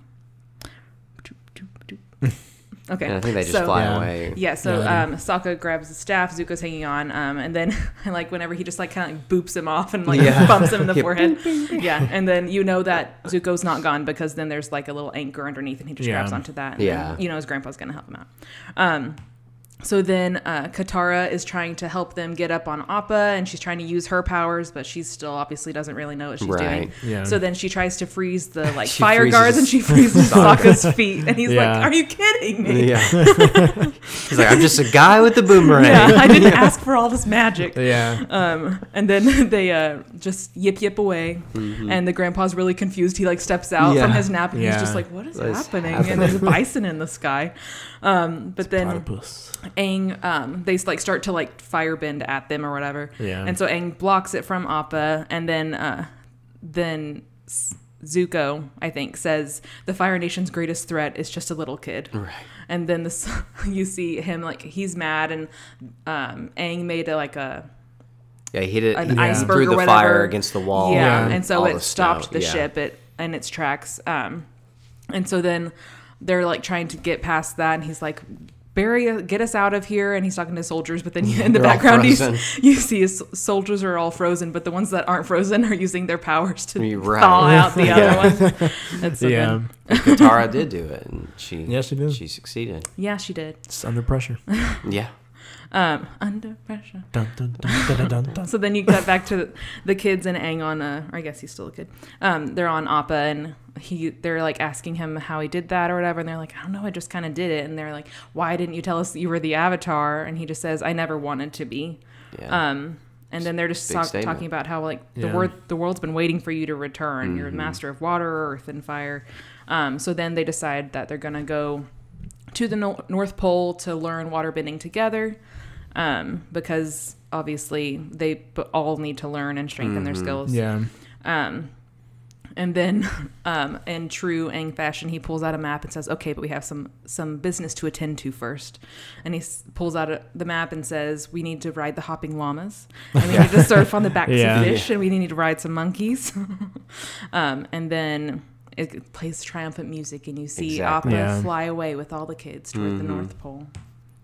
Speaker 2: Okay.
Speaker 3: and I think they just
Speaker 2: so-
Speaker 3: fly
Speaker 1: Yeah.
Speaker 3: away.
Speaker 2: Yeah, so
Speaker 1: Yeah.
Speaker 2: um, Sokka grabs his staff, Zuko's hanging on, um, and then like whenever he just like kind of like boop's him off and like
Speaker 3: Yeah.
Speaker 2: bumps him in the
Speaker 3: Yeah.
Speaker 2: forehead, yeah, and then you know that Zuko's not gone because then there's like a little anchor underneath, and he just
Speaker 1: Yeah.
Speaker 2: grabs onto that. And
Speaker 3: Yeah.
Speaker 2: then, you know his grandpa's gonna help him out. Um, so then uh, Katara is trying to help them get up on Appa, and she's trying to use her powers, but she still obviously doesn't really know what she's
Speaker 3: Right.
Speaker 2: doing.
Speaker 1: Yeah.
Speaker 2: So then she tries to freeze the like
Speaker 3: She
Speaker 2: fire
Speaker 3: freezes
Speaker 2: guards, and she freezes Sokka's feet, and he's
Speaker 1: Yeah.
Speaker 2: like, "Are you kidding me?"
Speaker 3: Yeah. He's like, I'm just a guy with a boomerang.
Speaker 2: Yeah, I didn't ask for all this magic.
Speaker 1: Yeah.
Speaker 2: Um, and then they uh, just yip yip away, and the grandpa's really confused. He like steps out from
Speaker 3: Yeah.
Speaker 2: his nap, and he's
Speaker 1: Yeah.
Speaker 2: just like, "What is
Speaker 3: What is
Speaker 2: happening?
Speaker 3: happening?
Speaker 2: And there's a bison in the sky. Um, but then
Speaker 1: Platypus.
Speaker 2: Aang, um, they like start to like firebend at them or whatever.
Speaker 1: Yeah.
Speaker 2: And so Aang blocks it from Appa, and then uh, then S- Zuko, I think, says the Fire Nation's greatest threat is just a little kid. Right. And then this, you see him like he's mad, and um, Aang made a, like a
Speaker 3: Yeah, he did.
Speaker 2: an
Speaker 3: he
Speaker 2: iceberg
Speaker 3: threw the
Speaker 2: or whatever.
Speaker 3: fire against the wall.
Speaker 2: Yeah,
Speaker 1: Yeah.
Speaker 2: and so
Speaker 3: all
Speaker 2: it stopped
Speaker 3: snow.
Speaker 2: the
Speaker 3: Yeah.
Speaker 2: ship it in its tracks. Um, and so then they're like trying to get past that, and he's like, bury us- get us out of here and he's talking to soldiers but then you, in the
Speaker 3: They're all
Speaker 2: background you,
Speaker 3: frozen.
Speaker 2: s- you see his soldiers are all frozen but the ones that aren't frozen are using their powers to
Speaker 3: You're right.
Speaker 2: thaw out the other ones that's so
Speaker 1: yeah,
Speaker 2: yeah good.
Speaker 3: Katara did do it, and she
Speaker 1: Yeah, she did.
Speaker 3: She succeeded.
Speaker 2: yeah she did
Speaker 1: it's under pressure.
Speaker 3: Yeah.
Speaker 2: um under pressure
Speaker 1: dun, dun, dun, dun, dun, dun, dun.
Speaker 2: so then you cut back to the kids and Aang on uh, or I guess he's still a kid. Um, they're on Appa and he they're like asking him how he did that or whatever, and they're like, I don't know, I just kind of did it. And they're like, Why didn't you tell us that you were the Avatar? And he just says, I never wanted to be.
Speaker 3: Yeah.
Speaker 2: Um, and then they're just
Speaker 3: Big
Speaker 2: talk,
Speaker 3: statement.
Speaker 2: talking about how like the
Speaker 1: Yeah.
Speaker 2: word the world's been waiting for you to return. You're a
Speaker 3: Mm-hmm.
Speaker 2: master of water, earth, and fire. Um, so then they decide that they're gonna go to the no- North Pole to learn waterbending together, um, because obviously they b- all need to learn and strengthen their
Speaker 3: Mm-hmm.
Speaker 2: skills.
Speaker 1: Yeah,
Speaker 2: Um, and then, um, in true Aang fashion, he pulls out a map and says, "Okay, but we have some some business to attend to first. And he s- pulls out a, the map and says, "We need to ride the hopping llamas, and we need to surf on the backs
Speaker 1: Yeah.
Speaker 2: of fish, and we need to ride some monkeys." um, and then it plays triumphant music, and you see
Speaker 3: Exactly. Mm-hmm.
Speaker 2: Appa
Speaker 1: Yeah.
Speaker 2: fly away with all the kids toward the North Pole.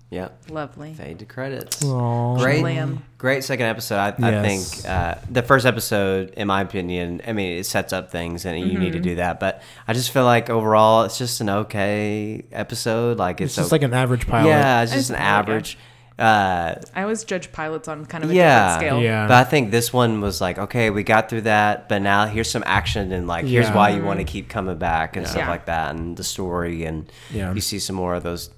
Speaker 3: yeah.
Speaker 2: Lovely.
Speaker 3: Fade to credits.
Speaker 1: Aw.
Speaker 3: Great,
Speaker 2: Lamb.
Speaker 3: great second episode. I, I
Speaker 1: Yes.
Speaker 3: think uh, the first episode, in my opinion, I mean, it sets up things, and you need to do that. But I just feel like overall, it's just an okay episode. Like it's,
Speaker 1: It's just
Speaker 3: o-
Speaker 1: like an average pilot.
Speaker 3: yeah, it's just
Speaker 2: It's
Speaker 3: an
Speaker 2: okay.
Speaker 3: average. Uh,
Speaker 2: I always judge pilots on kind of a
Speaker 3: yeah,
Speaker 2: different scale.
Speaker 1: Yeah.
Speaker 3: But I think this one was like, okay, we got through that, but now here's some action and like here's
Speaker 1: Yeah.
Speaker 3: why you want to keep coming back and stuff
Speaker 2: Yeah.
Speaker 3: like that, and the story, and
Speaker 1: Yeah.
Speaker 3: you see some more of those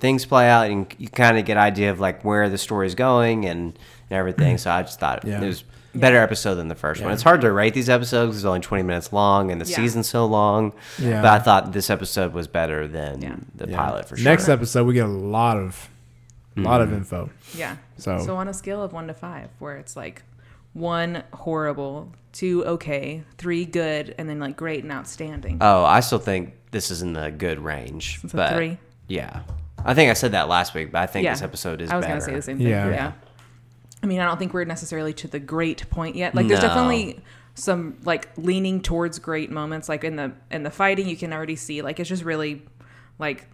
Speaker 3: things play out, and you kind of get idea of like where the story's going and, and everything. So I just thought
Speaker 1: Yeah.
Speaker 3: it was a better episode than the first one. It's hard to rate these episodes; 'cause it's only twenty minutes long, and the
Speaker 2: Yeah.
Speaker 3: season's so long.
Speaker 1: Yeah.
Speaker 3: But I thought this episode was better than
Speaker 2: Yeah.
Speaker 3: the
Speaker 1: Yeah.
Speaker 3: pilot for sure. Mm.
Speaker 1: Next episode, we get a lot of, lot of info.
Speaker 2: Yeah.
Speaker 1: So-
Speaker 2: on a scale of one to five, where it's like one horrible, two okay, three good, and then like great and outstanding.
Speaker 3: Oh, I still think this is in the good range.
Speaker 2: It's a
Speaker 3: but
Speaker 2: three.
Speaker 3: Yeah. I think I said that last week, but I think this episode is
Speaker 2: I was
Speaker 3: better.
Speaker 2: gonna say the same thing.
Speaker 1: Yeah.
Speaker 2: Yeah. I mean, I don't think we're necessarily to the great point yet. Like, there's
Speaker 3: No.
Speaker 2: definitely some like leaning towards great moments. Like in the in the fighting, you can already see like it's just really like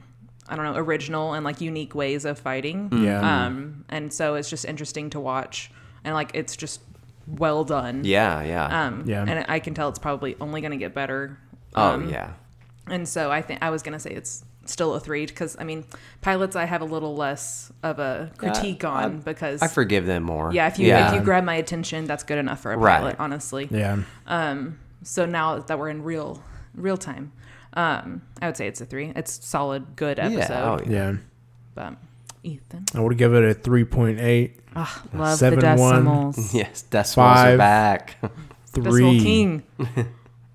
Speaker 2: I don't know original and like unique ways of fighting.
Speaker 3: Mm.
Speaker 1: Yeah.
Speaker 2: Um, and so it's just interesting to watch, and like it's just well done.
Speaker 3: Yeah, yeah.
Speaker 2: Um,
Speaker 1: Yeah.
Speaker 2: And I can tell it's probably only going to get better.
Speaker 3: oh,
Speaker 2: Um,
Speaker 3: yeah.
Speaker 2: And so I think I was going to say it's still a three because I mean, pilots I have a little less of a critique
Speaker 3: I-
Speaker 2: on because
Speaker 3: I forgive them more.
Speaker 2: yeah, if you
Speaker 3: yeah.
Speaker 2: if you grab my attention, that's good enough for a
Speaker 3: Right.
Speaker 2: pilot, honestly.
Speaker 1: yeah.
Speaker 2: So now that we're in real real time, um, I would say it's a three. It's solid, good
Speaker 3: Yeah,
Speaker 2: episode.
Speaker 3: oh, yeah.
Speaker 1: Yeah.
Speaker 2: But Ethan,
Speaker 1: I would give it a three point eight.
Speaker 2: ah, love
Speaker 1: Seven,
Speaker 2: the
Speaker 1: one.
Speaker 2: decimals.
Speaker 3: Yes, decimals
Speaker 1: Five.
Speaker 3: are back.
Speaker 2: Decimal
Speaker 1: Three.
Speaker 2: king.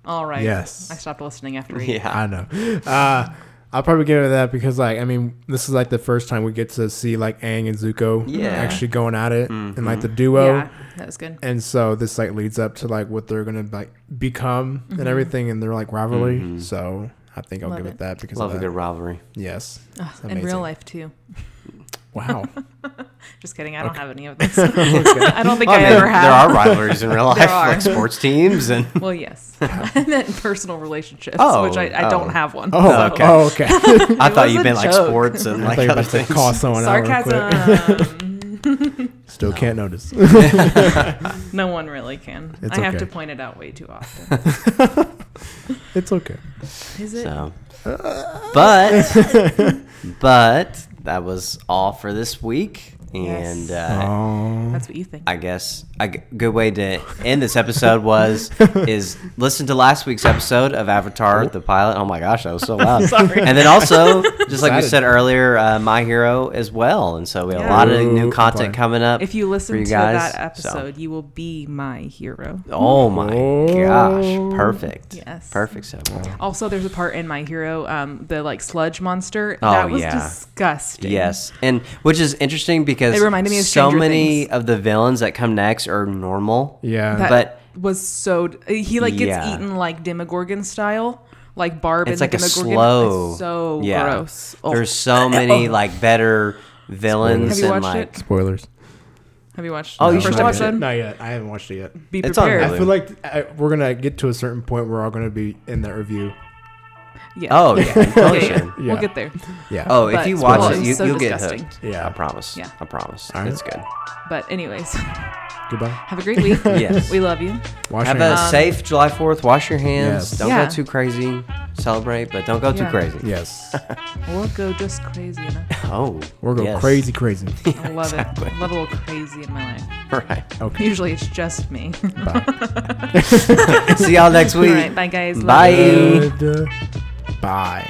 Speaker 2: All right.
Speaker 1: Yes.
Speaker 2: I stopped listening after eight.
Speaker 3: yeah.
Speaker 1: I know. Uh, I'll probably give it that because, like, I mean, this is like the first time we get to see like Aang and Zuko
Speaker 3: Yeah. Mm-hmm.
Speaker 1: actually going at it and like the duo.
Speaker 2: yeah, that was good.
Speaker 1: And so this like leads up to like what they're gonna like become and everything, and their like rivalry. So I think I'll
Speaker 2: Love
Speaker 1: give it.
Speaker 2: it.
Speaker 1: that because
Speaker 3: Mm-hmm. Love a
Speaker 1: of
Speaker 3: good
Speaker 1: that.
Speaker 3: rivalry.
Speaker 1: Yes,
Speaker 2: Ugh,
Speaker 1: It's
Speaker 2: Ah, in real
Speaker 1: amazing.
Speaker 2: life too.
Speaker 1: Wow. Oh,
Speaker 2: Just kidding. I don't have any of this. I don't think I,
Speaker 3: mean,
Speaker 2: ever
Speaker 3: Oh, there
Speaker 2: have.
Speaker 3: are rivalries in real life,
Speaker 2: There are.
Speaker 3: like sports teams and
Speaker 2: Well, yes. I meant personal relationships,
Speaker 3: Oh,
Speaker 2: which I, I
Speaker 3: oh.
Speaker 2: don't have one.
Speaker 1: Oh,
Speaker 2: so-
Speaker 1: okay. Oh, okay.
Speaker 3: I
Speaker 2: It
Speaker 3: thought
Speaker 2: was
Speaker 3: you
Speaker 2: a
Speaker 3: meant like
Speaker 2: joke.
Speaker 3: sports and
Speaker 1: I
Speaker 3: like
Speaker 1: thought you were
Speaker 3: other
Speaker 1: about to
Speaker 3: things.
Speaker 1: call someone out real quick.
Speaker 2: Sarcasm.
Speaker 1: Still can't notice.
Speaker 2: no one really can.
Speaker 1: It's
Speaker 2: I have
Speaker 1: okay.
Speaker 2: to point it out way too often.
Speaker 1: it's okay.
Speaker 2: Is it?
Speaker 3: So, but but that was all for this week, and
Speaker 2: Yes.
Speaker 3: uh,
Speaker 2: That's what you think.
Speaker 3: I guess a g- good way to end this episode was is listen to last week's episode of Avatar the pilot. Oh my gosh, that was so loud!
Speaker 2: Sorry.
Speaker 3: And then also, just like we
Speaker 1: Excited.
Speaker 3: said earlier, uh, My Hero as well. And so we have
Speaker 2: Yeah.
Speaker 3: a lot of new
Speaker 1: Ooh,
Speaker 3: content
Speaker 1: boy.
Speaker 3: coming up.
Speaker 2: if you listen
Speaker 3: you
Speaker 2: to
Speaker 3: guys,
Speaker 2: that
Speaker 3: so.
Speaker 2: episode, you will be my hero.
Speaker 3: oh my
Speaker 1: Oh.
Speaker 3: gosh, perfect!
Speaker 2: Yes.
Speaker 3: perfect. So
Speaker 2: Also, there's a part in My Hero, um, the like sludge monster.
Speaker 3: Oh,
Speaker 2: that was
Speaker 3: yeah.
Speaker 2: disgusting.
Speaker 3: Yes, and which is interesting because
Speaker 2: It reminded me of
Speaker 3: so
Speaker 2: Stranger
Speaker 3: many
Speaker 2: Things.
Speaker 3: of the villains that come next are normal.
Speaker 1: Yeah.
Speaker 2: That
Speaker 3: Um, But-
Speaker 2: was so d- he like gets
Speaker 3: Yeah.
Speaker 2: eaten like Demogorgon style, like Barb.
Speaker 3: It's
Speaker 2: in
Speaker 3: like a
Speaker 2: Demogorgon.
Speaker 3: slow.
Speaker 2: It's so gross. Oh.
Speaker 3: There's so many like better villains
Speaker 2: Have you
Speaker 3: and
Speaker 2: watched
Speaker 3: like
Speaker 2: it?
Speaker 1: Spoilers.
Speaker 2: Have you watched?
Speaker 3: Oh,
Speaker 2: the
Speaker 3: you
Speaker 2: first
Speaker 3: should watch
Speaker 2: episode?
Speaker 1: Not yet. I haven't watched it yet.
Speaker 2: Be
Speaker 3: It's on
Speaker 2: prepared.
Speaker 1: I feel like I, we're gonna get to a certain point where we're all gonna be in that review.
Speaker 2: Yeah.
Speaker 3: Oh yeah,
Speaker 2: yeah, yeah.
Speaker 3: Inclusion.
Speaker 1: Yeah.
Speaker 2: We'll get there.
Speaker 1: Yeah.
Speaker 3: Oh, if
Speaker 2: But
Speaker 3: you watch
Speaker 2: squash
Speaker 3: it,
Speaker 2: is
Speaker 3: you,
Speaker 2: so
Speaker 3: you'll
Speaker 2: disgusting.
Speaker 3: get hooked.
Speaker 1: Yeah.
Speaker 3: I promise.
Speaker 2: Yeah.
Speaker 3: I promise.
Speaker 1: All right.
Speaker 3: It's good.
Speaker 2: But anyways, have
Speaker 1: Goodbye.
Speaker 2: a great week.
Speaker 3: Yes.
Speaker 2: We love you.
Speaker 1: Wash
Speaker 3: Have
Speaker 1: your
Speaker 3: a
Speaker 1: hands.
Speaker 3: safe July Fourth. Wash your hands.
Speaker 1: Yes.
Speaker 3: Don't
Speaker 2: Yeah.
Speaker 3: go too crazy. Celebrate, but don't go too
Speaker 2: Yeah.
Speaker 3: crazy.
Speaker 1: Yes.
Speaker 2: We'll go just crazy enough.
Speaker 3: Oh,
Speaker 1: We're going
Speaker 3: yes.
Speaker 1: crazy, crazy.
Speaker 2: I love it. I love a little crazy in my life.
Speaker 3: Right.
Speaker 1: Okay.
Speaker 2: Usually it's just me.
Speaker 1: Bye.
Speaker 3: See y'all next
Speaker 2: All
Speaker 3: week.
Speaker 2: right. Bye, guys. Love
Speaker 3: Bye.
Speaker 2: you.
Speaker 1: Bye.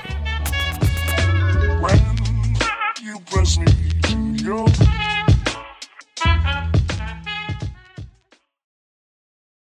Speaker 4: when you press me.